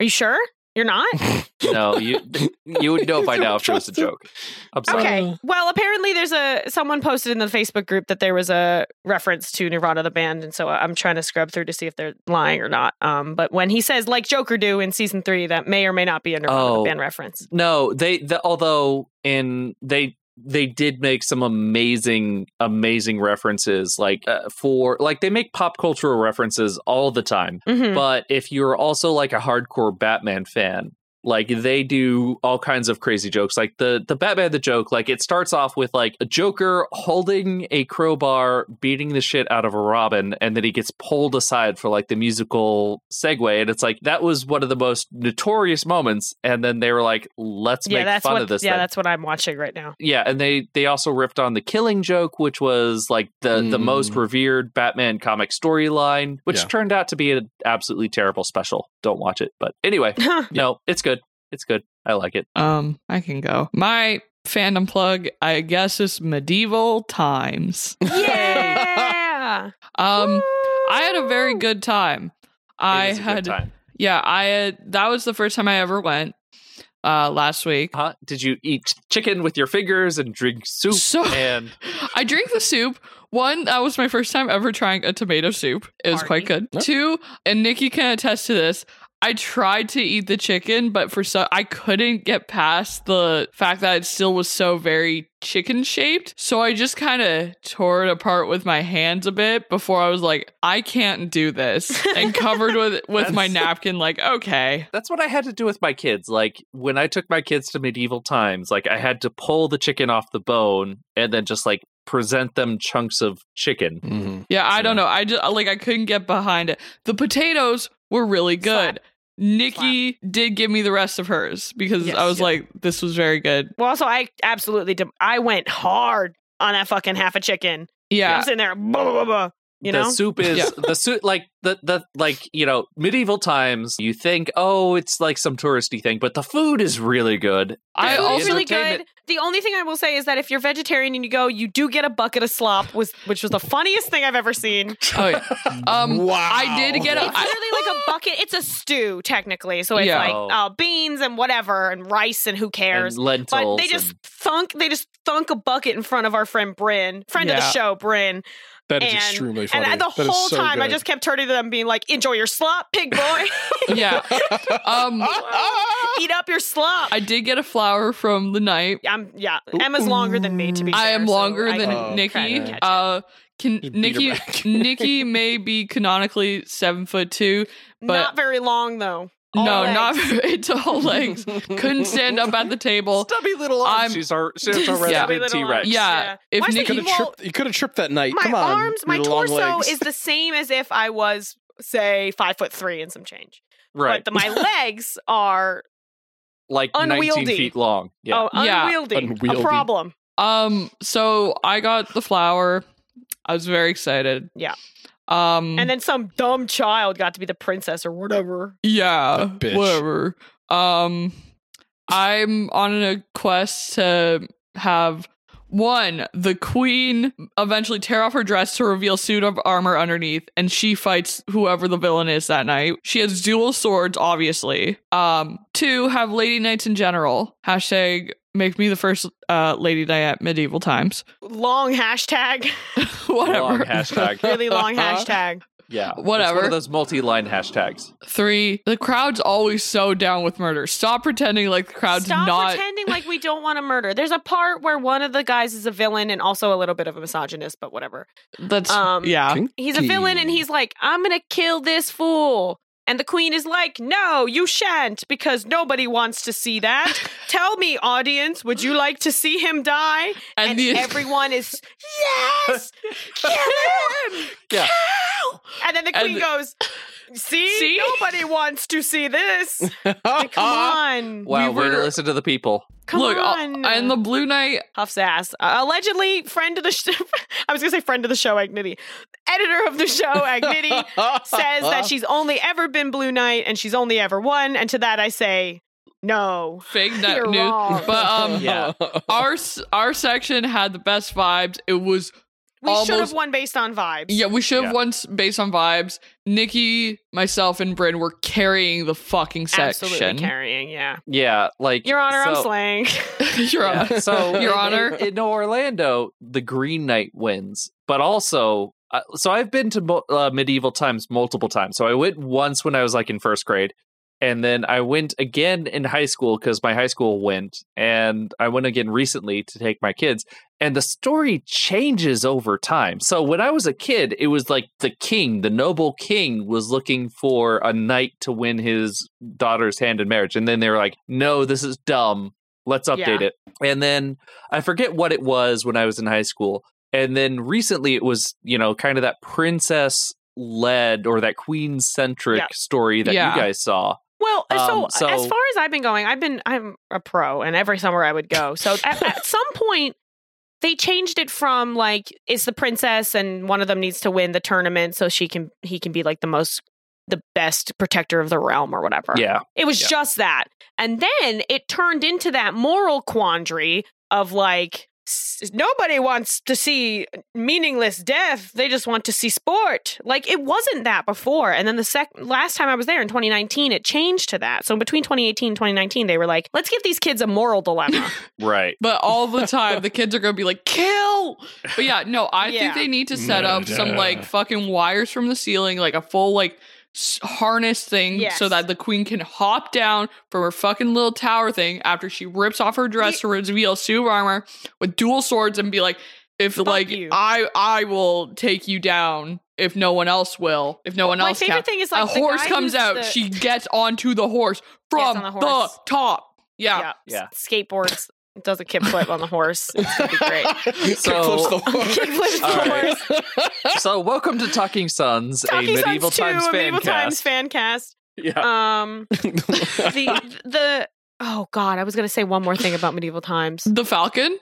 Speaker 2: Are you sure? You're not?
Speaker 3: No, you you would know by now if it was a joke. I'm sorry.
Speaker 2: Okay. Well, apparently there's a someone posted in the Facebook group that there was a reference to Nirvana the band, and so uh, I'm trying to scrub through to see if they're lying or not. Um, but when he says like Joker do in season three, that may or may not be a Nirvana
Speaker 3: Oh.
Speaker 2: the band reference.
Speaker 3: No, they the, although in they they did make some amazing amazing references like uh, for like they make pop cultural references all the time.
Speaker 2: Mhm.
Speaker 3: But if you're also like a hardcore Batman fan, like they do all kinds of crazy jokes. Like the the Batman the joke, like it starts off with like a Joker holding a crowbar, beating the shit out of a Robin, and then he gets pulled aside for like the musical segue. And it's like that was one of the most notorious moments. And then they were like, let's
Speaker 2: yeah,
Speaker 3: make
Speaker 2: that's
Speaker 3: fun
Speaker 2: what.
Speaker 3: of this.
Speaker 2: yeah,
Speaker 3: thing.
Speaker 2: that's what I'm watching right now.
Speaker 3: Yeah, and they they also ripped on the Killing Joke, which was like the the
Speaker 4: Mm.
Speaker 3: most revered Batman comic storyline, which
Speaker 4: Yeah.
Speaker 3: turned out to be an absolutely terrible special. Don't watch it. But anyway, no, it's good. It's good. I like it.
Speaker 1: Um, I can go. My fandom plug, I guess, is medieval times.
Speaker 2: yeah.
Speaker 1: Um, I had a very good time. I
Speaker 3: It is a good
Speaker 1: had,
Speaker 3: time.
Speaker 1: yeah, I had, that was the first time I ever went uh last week.
Speaker 3: Huh? Did you eat chicken with your fingers and drink soup?
Speaker 1: So-
Speaker 3: and
Speaker 1: I drank the soup. One, that was my first time ever trying a tomato soup. It was quite good.
Speaker 4: Yeah.
Speaker 1: Two, and Nikki can attest to this. I tried to eat the chicken, but for so I couldn't get past the fact that it still was so very chicken shaped. So I just kind of tore it apart with my hands a bit before I was like, I can't do this, and covered with with my
Speaker 3: That's-
Speaker 1: napkin. Like, okay,
Speaker 3: that's what I had to do with my kids. Like when I took my kids to medieval times, like I had to pull the chicken off the bone and then just like present them chunks of chicken.
Speaker 4: Mhm.
Speaker 1: Yeah, I don't
Speaker 3: Yeah.
Speaker 1: know. I just like I couldn't get behind it. The potatoes were really good. Nikki did give me the rest of hers because
Speaker 2: Yes.
Speaker 1: I was like, this was very good.
Speaker 2: Well, also I absolutely dem- I went hard on that fucking half a chicken.
Speaker 1: Yeah.
Speaker 2: I'm sitting there, blah, blah, blah, blah, you
Speaker 3: the
Speaker 2: know.
Speaker 3: soup is
Speaker 1: Yeah.
Speaker 3: the soup like the the like you know medieval times you think oh it's like some touristy thing but the food is really good
Speaker 1: I
Speaker 3: Yeah,
Speaker 2: It was
Speaker 1: also
Speaker 3: the
Speaker 2: really good.
Speaker 3: entertainment-
Speaker 2: The only thing I will say is that if you're vegetarian and you go, you do get a bucket of slop, was which was the funniest thing I've ever seen.
Speaker 1: oh, yeah. um
Speaker 4: Wow.
Speaker 1: I did get a
Speaker 2: It's
Speaker 1: I,
Speaker 2: literally like a bucket. It's a stew technically, so it's
Speaker 1: Yeah.
Speaker 2: like uh, beans and whatever and rice and who
Speaker 3: and
Speaker 2: cares.
Speaker 3: lentils
Speaker 2: but they just
Speaker 3: and-
Speaker 2: thunk. They just thunk a bucket in front of our friend Bryn, friend of the
Speaker 1: Yeah.
Speaker 2: show Bryn,
Speaker 4: That is
Speaker 2: and-
Speaker 4: extremely funny.
Speaker 2: and the
Speaker 4: That is
Speaker 2: whole
Speaker 4: so
Speaker 2: time I
Speaker 4: good.
Speaker 2: just kept turning to them, being like, "Enjoy your slop, pig boy."
Speaker 1: yeah. Um
Speaker 2: eat up your slop.
Speaker 1: I did get a flower from the night.
Speaker 2: I'm yeah. Emma's longer than me to be.
Speaker 1: I
Speaker 2: fair,
Speaker 1: am
Speaker 2: so
Speaker 1: longer
Speaker 2: I
Speaker 1: than
Speaker 2: can
Speaker 4: Oh,
Speaker 2: try
Speaker 1: Nikki.
Speaker 2: to catch it.
Speaker 1: Uh, can
Speaker 4: Just beat her
Speaker 1: Nikki
Speaker 4: back.
Speaker 1: Nikki may be canonically seven foot two. but-
Speaker 2: not very long though. All
Speaker 1: no,
Speaker 2: legs.
Speaker 1: not it's all legs. Couldn't stand up at the table.
Speaker 3: Stubby little
Speaker 1: I'm-
Speaker 3: arms. She's our, she's our
Speaker 1: Yeah.
Speaker 2: Stubby
Speaker 3: resident
Speaker 2: little
Speaker 3: T Rex.
Speaker 2: arms.
Speaker 1: Yeah.
Speaker 2: Yeah.
Speaker 1: If
Speaker 2: Why is
Speaker 1: Nikki
Speaker 4: could have
Speaker 2: Well,
Speaker 4: tripped. You could have tripped that night.
Speaker 2: My
Speaker 4: Come on,
Speaker 2: arms, my
Speaker 4: your long
Speaker 2: torso
Speaker 4: legs.
Speaker 2: is the same as if I was say five foot three and some change.
Speaker 3: Right.
Speaker 2: But the, my legs are
Speaker 3: like 19
Speaker 2: unwieldy.
Speaker 3: feet long. Yeah.
Speaker 2: oh
Speaker 1: Yeah.
Speaker 2: unwieldy,
Speaker 4: Unwieldy.
Speaker 2: a problem.
Speaker 1: Um, so I got the flower. I was very excited.
Speaker 2: Yeah.
Speaker 1: Um,
Speaker 2: And then some dumb child got to be the princess or whatever.
Speaker 1: yeah,
Speaker 4: A bitch.
Speaker 1: whatever. Um, I'm on a quest to have one the queen eventually tear off her dress to reveal suit of armor underneath and she fights whoever the villain is that night she has dual swords obviously um two have lady knights in general hashtag make me the first uh lady knight at medieval times
Speaker 2: Long hashtag,
Speaker 1: whatever
Speaker 3: Long hashtag.
Speaker 2: Oh, really long
Speaker 3: Uh-huh.
Speaker 2: hashtag.
Speaker 3: Yeah. It's one
Speaker 1: Whatever.
Speaker 3: of those multi line hashtags.
Speaker 1: Three, the crowd's always so down with murder. Stop pretending like the crowd's
Speaker 2: Stop
Speaker 1: not.
Speaker 2: pretending like we don't want to murder. There's a part where one of the guys is a villain and also a little bit of a misogynist, but whatever.
Speaker 1: that's
Speaker 2: Um,
Speaker 1: yeah.
Speaker 2: He's a villain and he's like, I'm going to kill this fool. And the queen is like, No, you shan't, because nobody wants to see that. Tell me, audience, would you like to see him die?
Speaker 1: And,
Speaker 2: And,
Speaker 1: the
Speaker 2: everyone is, Yes, kill him.
Speaker 3: Yeah.
Speaker 2: Kill! And then the
Speaker 1: And
Speaker 2: queen
Speaker 1: the-
Speaker 2: goes, See?
Speaker 1: See?
Speaker 2: nobody wants to see this. Like, come on.
Speaker 3: Wow,
Speaker 1: We
Speaker 3: we are
Speaker 1: were-
Speaker 3: to listen to the people.
Speaker 2: Come
Speaker 1: look I'll-
Speaker 2: on.
Speaker 1: and the blue knight.
Speaker 2: Huff's ass. Uh, allegedly, friend of the sh- I was going to say friend of the show, Agnity. Editor of the show, Agnity, says that she's only ever been Blue Knight and she's only ever won. And to that I say, no.
Speaker 1: Fake nut
Speaker 2: You're
Speaker 1: news.
Speaker 2: wrong.
Speaker 1: But um,
Speaker 3: Yeah.
Speaker 1: our s- our section had the best vibes. It was
Speaker 2: We should have
Speaker 1: almost-
Speaker 2: won based on vibes.
Speaker 1: yeah. We should
Speaker 3: Yeah.
Speaker 1: have won s- based on vibes. Nikki, myself, and Bryn were carrying the fucking section.
Speaker 2: Absolutely carrying, yeah.
Speaker 3: Yeah. Like
Speaker 2: Your Honor, I'm
Speaker 3: so-
Speaker 2: slaying.
Speaker 1: You're on.
Speaker 3: Yeah, So
Speaker 1: Your
Speaker 3: in-
Speaker 1: Honor.
Speaker 3: in, in Orlando, the Green Knight wins, but also. Uh, so I've been to mo- uh, medieval times multiple times. So I went once when I was like in first grade, and then I went again in high school because my high school went, and I went again recently to take my kids. And the story changes over time. So when I was a kid, it was like the king, the noble king, was looking for a knight to win his daughter's hand in marriage, and then they were like, "No, this is dumb. Let's update it." And then I forget what it was when I was in high school. And then recently it was, you know, kind of that princess led or that queen centric
Speaker 2: Yeah.
Speaker 3: story that
Speaker 1: Yeah.
Speaker 3: you guys saw.
Speaker 2: Well, uh, so,
Speaker 3: Um, so-
Speaker 2: as far as I've been going, I've been I'm a pro, and every summer I would go. So at, at some point, they changed it from like it's the princess, and one of them needs to win the tournament so she can he can be like the most the best protector of the realm or whatever.
Speaker 3: Yeah.
Speaker 2: It was
Speaker 3: Yeah.
Speaker 2: just that. And then it turned into that moral quandary of like, s- nobody wants to see meaningless death. They just want to see sport. Like, it wasn't that before. And then the sec- last time I was there in 2019, it changed to that. So between 2018 and 2019, they were like, let's give these kids a moral dilemma.
Speaker 3: Right.
Speaker 1: But all the time, the kids are going to be like, kill. But yeah, no, I
Speaker 2: Yeah.
Speaker 1: think they need to set up some
Speaker 4: Murder.
Speaker 1: like fucking wires from the ceiling, like a full like s- harness thing,
Speaker 2: Yes.
Speaker 1: so that the queen can hop down from her fucking little tower thing after she rips off her dress to reveal suit of armor with dual swords and be like, if
Speaker 2: Fuck
Speaker 1: like
Speaker 2: you.
Speaker 1: I I will take you down if no one else will, if no one
Speaker 2: My
Speaker 1: else
Speaker 2: favorite
Speaker 1: can.
Speaker 2: thing is like
Speaker 1: a
Speaker 2: the
Speaker 1: horse
Speaker 2: guy
Speaker 1: comes
Speaker 2: who's
Speaker 1: out,
Speaker 2: the-
Speaker 1: she gets onto the horse
Speaker 2: on
Speaker 1: from
Speaker 2: the
Speaker 1: the,
Speaker 2: horse.
Speaker 1: top. Yeah.
Speaker 2: yeah,
Speaker 3: Yeah.
Speaker 2: skateboards, does a kickflip on the horse. It's gonna be great.
Speaker 4: Kickflips the horse.
Speaker 2: Kickflips the
Speaker 3: All
Speaker 2: horse.
Speaker 3: right. So welcome to Talking Sons,
Speaker 2: Talking
Speaker 3: a medieval
Speaker 2: Sons 2,
Speaker 3: times
Speaker 2: a
Speaker 3: fan
Speaker 2: medieval times
Speaker 3: cast. Uh,
Speaker 2: fan cast.
Speaker 3: yeah.
Speaker 2: um the the oh god i was going to say one more thing about medieval times
Speaker 1: The falcon?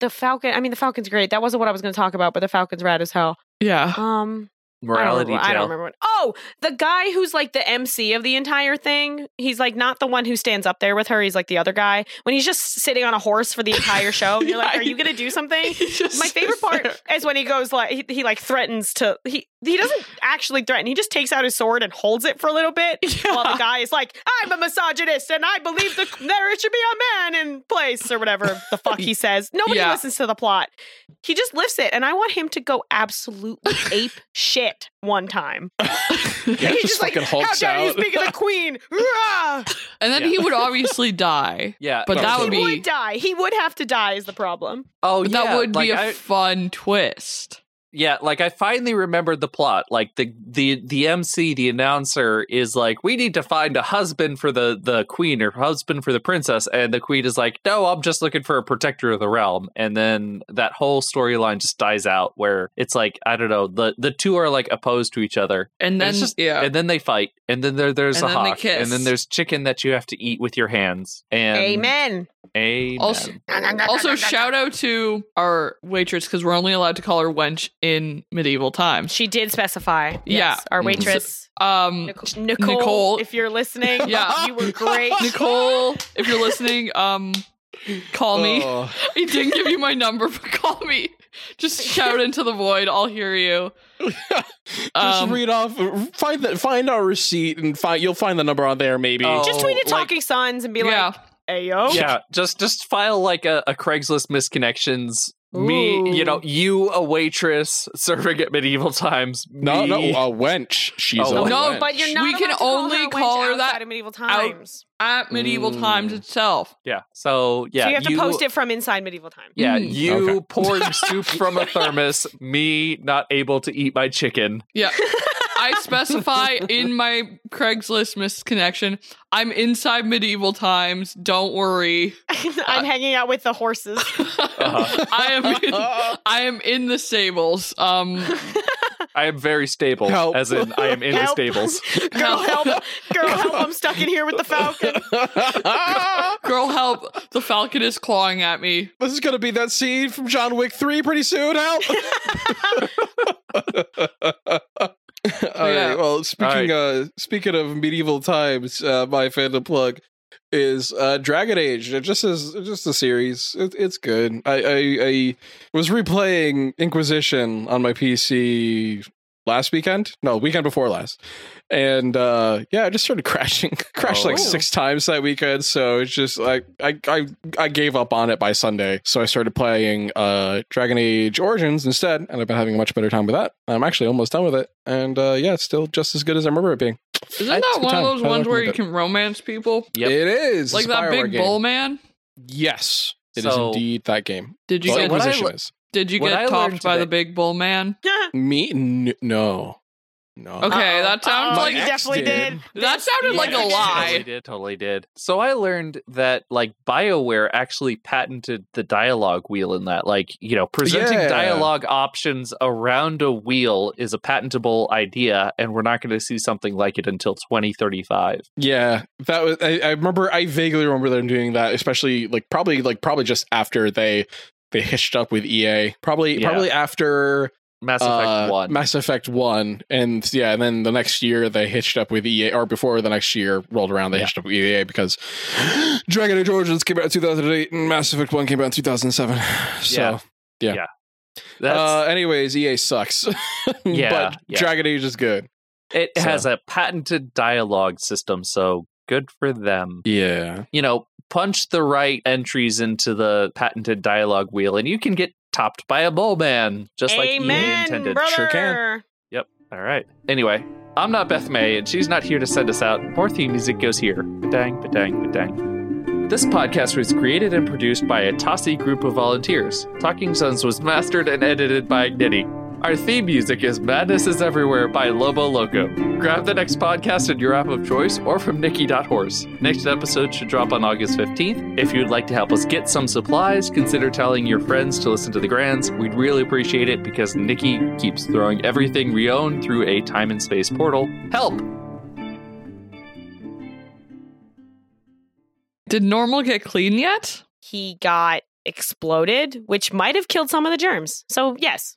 Speaker 2: the falcon i mean the falcon's great that wasn't what i was going to talk about but the falcon's rad as hell
Speaker 1: Yeah.
Speaker 2: um
Speaker 3: Morality
Speaker 2: I don't remember, I don't
Speaker 3: tale.
Speaker 2: remember what oh the guy who's like the mc of the entire thing he's like not the one who stands up there with her he's like the other guy when he's just sitting on a horse for the entire show and you're like
Speaker 1: Yeah,
Speaker 2: are you going to do something
Speaker 1: Just
Speaker 2: my favorite
Speaker 1: sits
Speaker 2: part
Speaker 1: there.
Speaker 2: is when he goes like he, he like threatens to he he doesn't actually threaten he just takes out his sword and holds it for a little bit while the guy is like i'm a misogynist and i believe the, there should be a man in place or whatever the fuck he says nobody
Speaker 1: Yeah.
Speaker 2: listens to the plot he just lifts it and i want him to go absolutely ape shit it one time.
Speaker 4: Yeah,
Speaker 2: He's
Speaker 4: just
Speaker 2: just like,
Speaker 4: fucking
Speaker 2: How
Speaker 4: hulks
Speaker 2: dare you
Speaker 4: out.
Speaker 2: speak of the queen? Rah!
Speaker 1: And then
Speaker 3: Yeah.
Speaker 1: he would obviously die.
Speaker 3: Yeah,
Speaker 1: But that
Speaker 4: He
Speaker 1: would
Speaker 2: he
Speaker 1: be
Speaker 2: would die. He would have to die. Is the problem?
Speaker 3: Oh,
Speaker 1: but
Speaker 3: yeah.
Speaker 1: that would
Speaker 3: like
Speaker 1: be a
Speaker 3: I-
Speaker 1: fun twist.
Speaker 3: yeah, like I finally remembered the plot. Like the the the MC, the announcer, is like, we need to find a husband for the the queen or husband for the princess, and the queen is like, no, I'm just looking for a protector of the realm. And then that whole storyline just dies out, where it's like, I don't know, the the two are like opposed to each other,
Speaker 1: And then
Speaker 3: it's just-
Speaker 1: yeah.
Speaker 3: and then they fight, and then there there's
Speaker 1: Oh. And
Speaker 3: a
Speaker 1: then they
Speaker 3: hawk,
Speaker 1: kiss.
Speaker 3: and then there's chicken that you have to eat with your hands. And
Speaker 2: Amen.
Speaker 3: amen.
Speaker 1: Also- also, shout out to our waitress because we're only allowed to call her wench in medieval times.
Speaker 7: She did specify. Yes,
Speaker 1: Yeah.
Speaker 7: Our
Speaker 3: Mhm.
Speaker 7: waitress,
Speaker 1: Um,
Speaker 2: Nic- Nicole,
Speaker 1: Nicole.
Speaker 2: if you're listening,
Speaker 1: Yeah.
Speaker 2: you were great.
Speaker 1: Nicole, if you're listening, um, call me.
Speaker 4: Oh.
Speaker 1: I didn't give you my number, but call me. Just shout into the void. I'll hear you.
Speaker 4: Just
Speaker 1: Um,
Speaker 4: read off. Find the find our receipt and find. You'll find the number on there. Maybe.
Speaker 2: Just tweet at Talking Sons and be
Speaker 1: yeah,
Speaker 2: like, "Hey yo,
Speaker 3: yeah just just file like a, a craigslist misconnections me you know you a waitress serving at medieval times
Speaker 4: no,
Speaker 3: me.
Speaker 4: no, uh, a wench. She's
Speaker 3: Oh,
Speaker 4: a
Speaker 1: no,
Speaker 4: wench.
Speaker 2: but you're not.
Speaker 1: We
Speaker 2: allowed
Speaker 1: can
Speaker 2: to call
Speaker 1: only
Speaker 2: her a wench
Speaker 1: call her that
Speaker 2: outside of medieval times.
Speaker 1: at medieval
Speaker 4: Mm.
Speaker 1: times itself.
Speaker 3: yeah so yeah
Speaker 2: so you have to post it from inside medieval times.
Speaker 3: yeah
Speaker 1: Mm.
Speaker 3: you
Speaker 4: Okay.
Speaker 3: pouring soup from a thermos me not able to eat my chicken
Speaker 1: Yeah. I specify in my Craigslist misconnection, I'm inside medieval times. Don't worry. Uh,
Speaker 2: I'm hanging out with the horses.
Speaker 3: Uh-huh.
Speaker 1: I am in, I am in the stables. Um
Speaker 3: i am very stable
Speaker 4: Help.
Speaker 3: as in i am in the
Speaker 2: Help.
Speaker 3: stables
Speaker 2: Girl help! Girl help! I'm stuck in here with the falcon.
Speaker 1: girl help the falcon is clawing at me.
Speaker 4: this is gonna be that scene from John Wick Three pretty soon. Help! All
Speaker 1: Yeah.
Speaker 4: right. Well, speaking
Speaker 3: All right.
Speaker 4: uh, speaking of medieval times, uh, my fandom plug is uh, Dragon Age. It just is just a series. It, it's good. I, I I was replaying Inquisition on my PC last weekend. No, weekend before last, and uh, yeah, I just started crashing. crashed like
Speaker 3: Oh.
Speaker 4: six times that weekend. So it's just like I I I gave up on it by Sunday. So I started playing uh Dragon Age Origins instead, and I've been having a much better time with that. I'm actually almost done with it, and uh, yeah, it's still just as good as I remember it being.
Speaker 1: Isn't
Speaker 4: It's
Speaker 1: that
Speaker 4: good
Speaker 1: one
Speaker 4: time.
Speaker 1: of those
Speaker 4: I
Speaker 1: ones where you
Speaker 4: recommend
Speaker 1: can romance people?
Speaker 3: Yep.
Speaker 4: It is
Speaker 1: Like
Speaker 4: It's a
Speaker 1: that
Speaker 4: spyware
Speaker 1: big
Speaker 4: game.
Speaker 1: bull man?
Speaker 4: Yes, it is
Speaker 3: So-
Speaker 4: indeed that game.
Speaker 1: Did you
Speaker 4: Well,
Speaker 1: get
Speaker 3: what I
Speaker 4: Inquisition
Speaker 3: le-
Speaker 4: is
Speaker 1: did you
Speaker 3: what I
Speaker 1: get
Speaker 3: learned
Speaker 1: topped by the
Speaker 3: today-
Speaker 1: big bull man?
Speaker 4: me. N- no, no.
Speaker 1: Okay,
Speaker 2: Uh-oh.
Speaker 1: that sounds
Speaker 2: Uh-oh,
Speaker 1: like
Speaker 2: you
Speaker 4: Next
Speaker 2: definitely
Speaker 4: did.
Speaker 2: did.
Speaker 1: that sounded like a
Speaker 2: Yeah.
Speaker 3: Totally
Speaker 1: lie.
Speaker 3: did. Totally did. So I learned that like BioWare actually patented the dialogue wheel in that. Like, you know, presenting
Speaker 4: Yeah.
Speaker 3: dialogue options around a wheel is a patentable idea, and we're not going to see something like it until 2035.
Speaker 4: Yeah, that was. I, I remember. I vaguely remember them doing that, especially like probably like probably just after they they hitched up with EA. Probably
Speaker 3: Yeah.
Speaker 4: probably after
Speaker 3: Mass Effect
Speaker 4: uh,
Speaker 3: 1.
Speaker 4: Mass Effect One, and yeah, and then the next year they hitched up with EA, or before the next year rolled around, they
Speaker 3: Yeah.
Speaker 4: hitched up with EA because Dragon Age Origins came out in 2008 and Mass Effect One came out in 2007. So.
Speaker 3: Yeah.
Speaker 4: yeah.
Speaker 3: That's,
Speaker 4: Uh, anyways, EA sucks.
Speaker 3: Yeah,
Speaker 4: but
Speaker 3: yeah.
Speaker 4: Dragon Age is good.
Speaker 3: it
Speaker 4: so-
Speaker 3: has a patented dialogue system, so good for them.
Speaker 4: Yeah.
Speaker 3: you know, punch the right entries into the patented dialogue wheel and you can get topped by a bull man, just
Speaker 2: Amen,
Speaker 3: like you intended.
Speaker 2: brother.
Speaker 4: Sure can.
Speaker 3: All right. Anyway, I'm not Beth May, and she's not here to send us out. More theme music goes here. Badang, badang, badang. This podcast was created and produced by a Tossi group of volunteers. Talking Sons was mastered and edited by Igniti. Our theme music is Madness is Everywhere by Lobo Loco. Grab the next podcast in your app of choice or from Nikki.horse. Next episode should drop on August 15th. If you'd like to help us get some supplies, consider telling your friends to listen to the grands. We'd really appreciate it because Nikki keeps throwing everything we own through a time and space portal. Help!
Speaker 1: Did normal get clean yet?
Speaker 2: He got exploded, which might have killed some of the germs. So yes,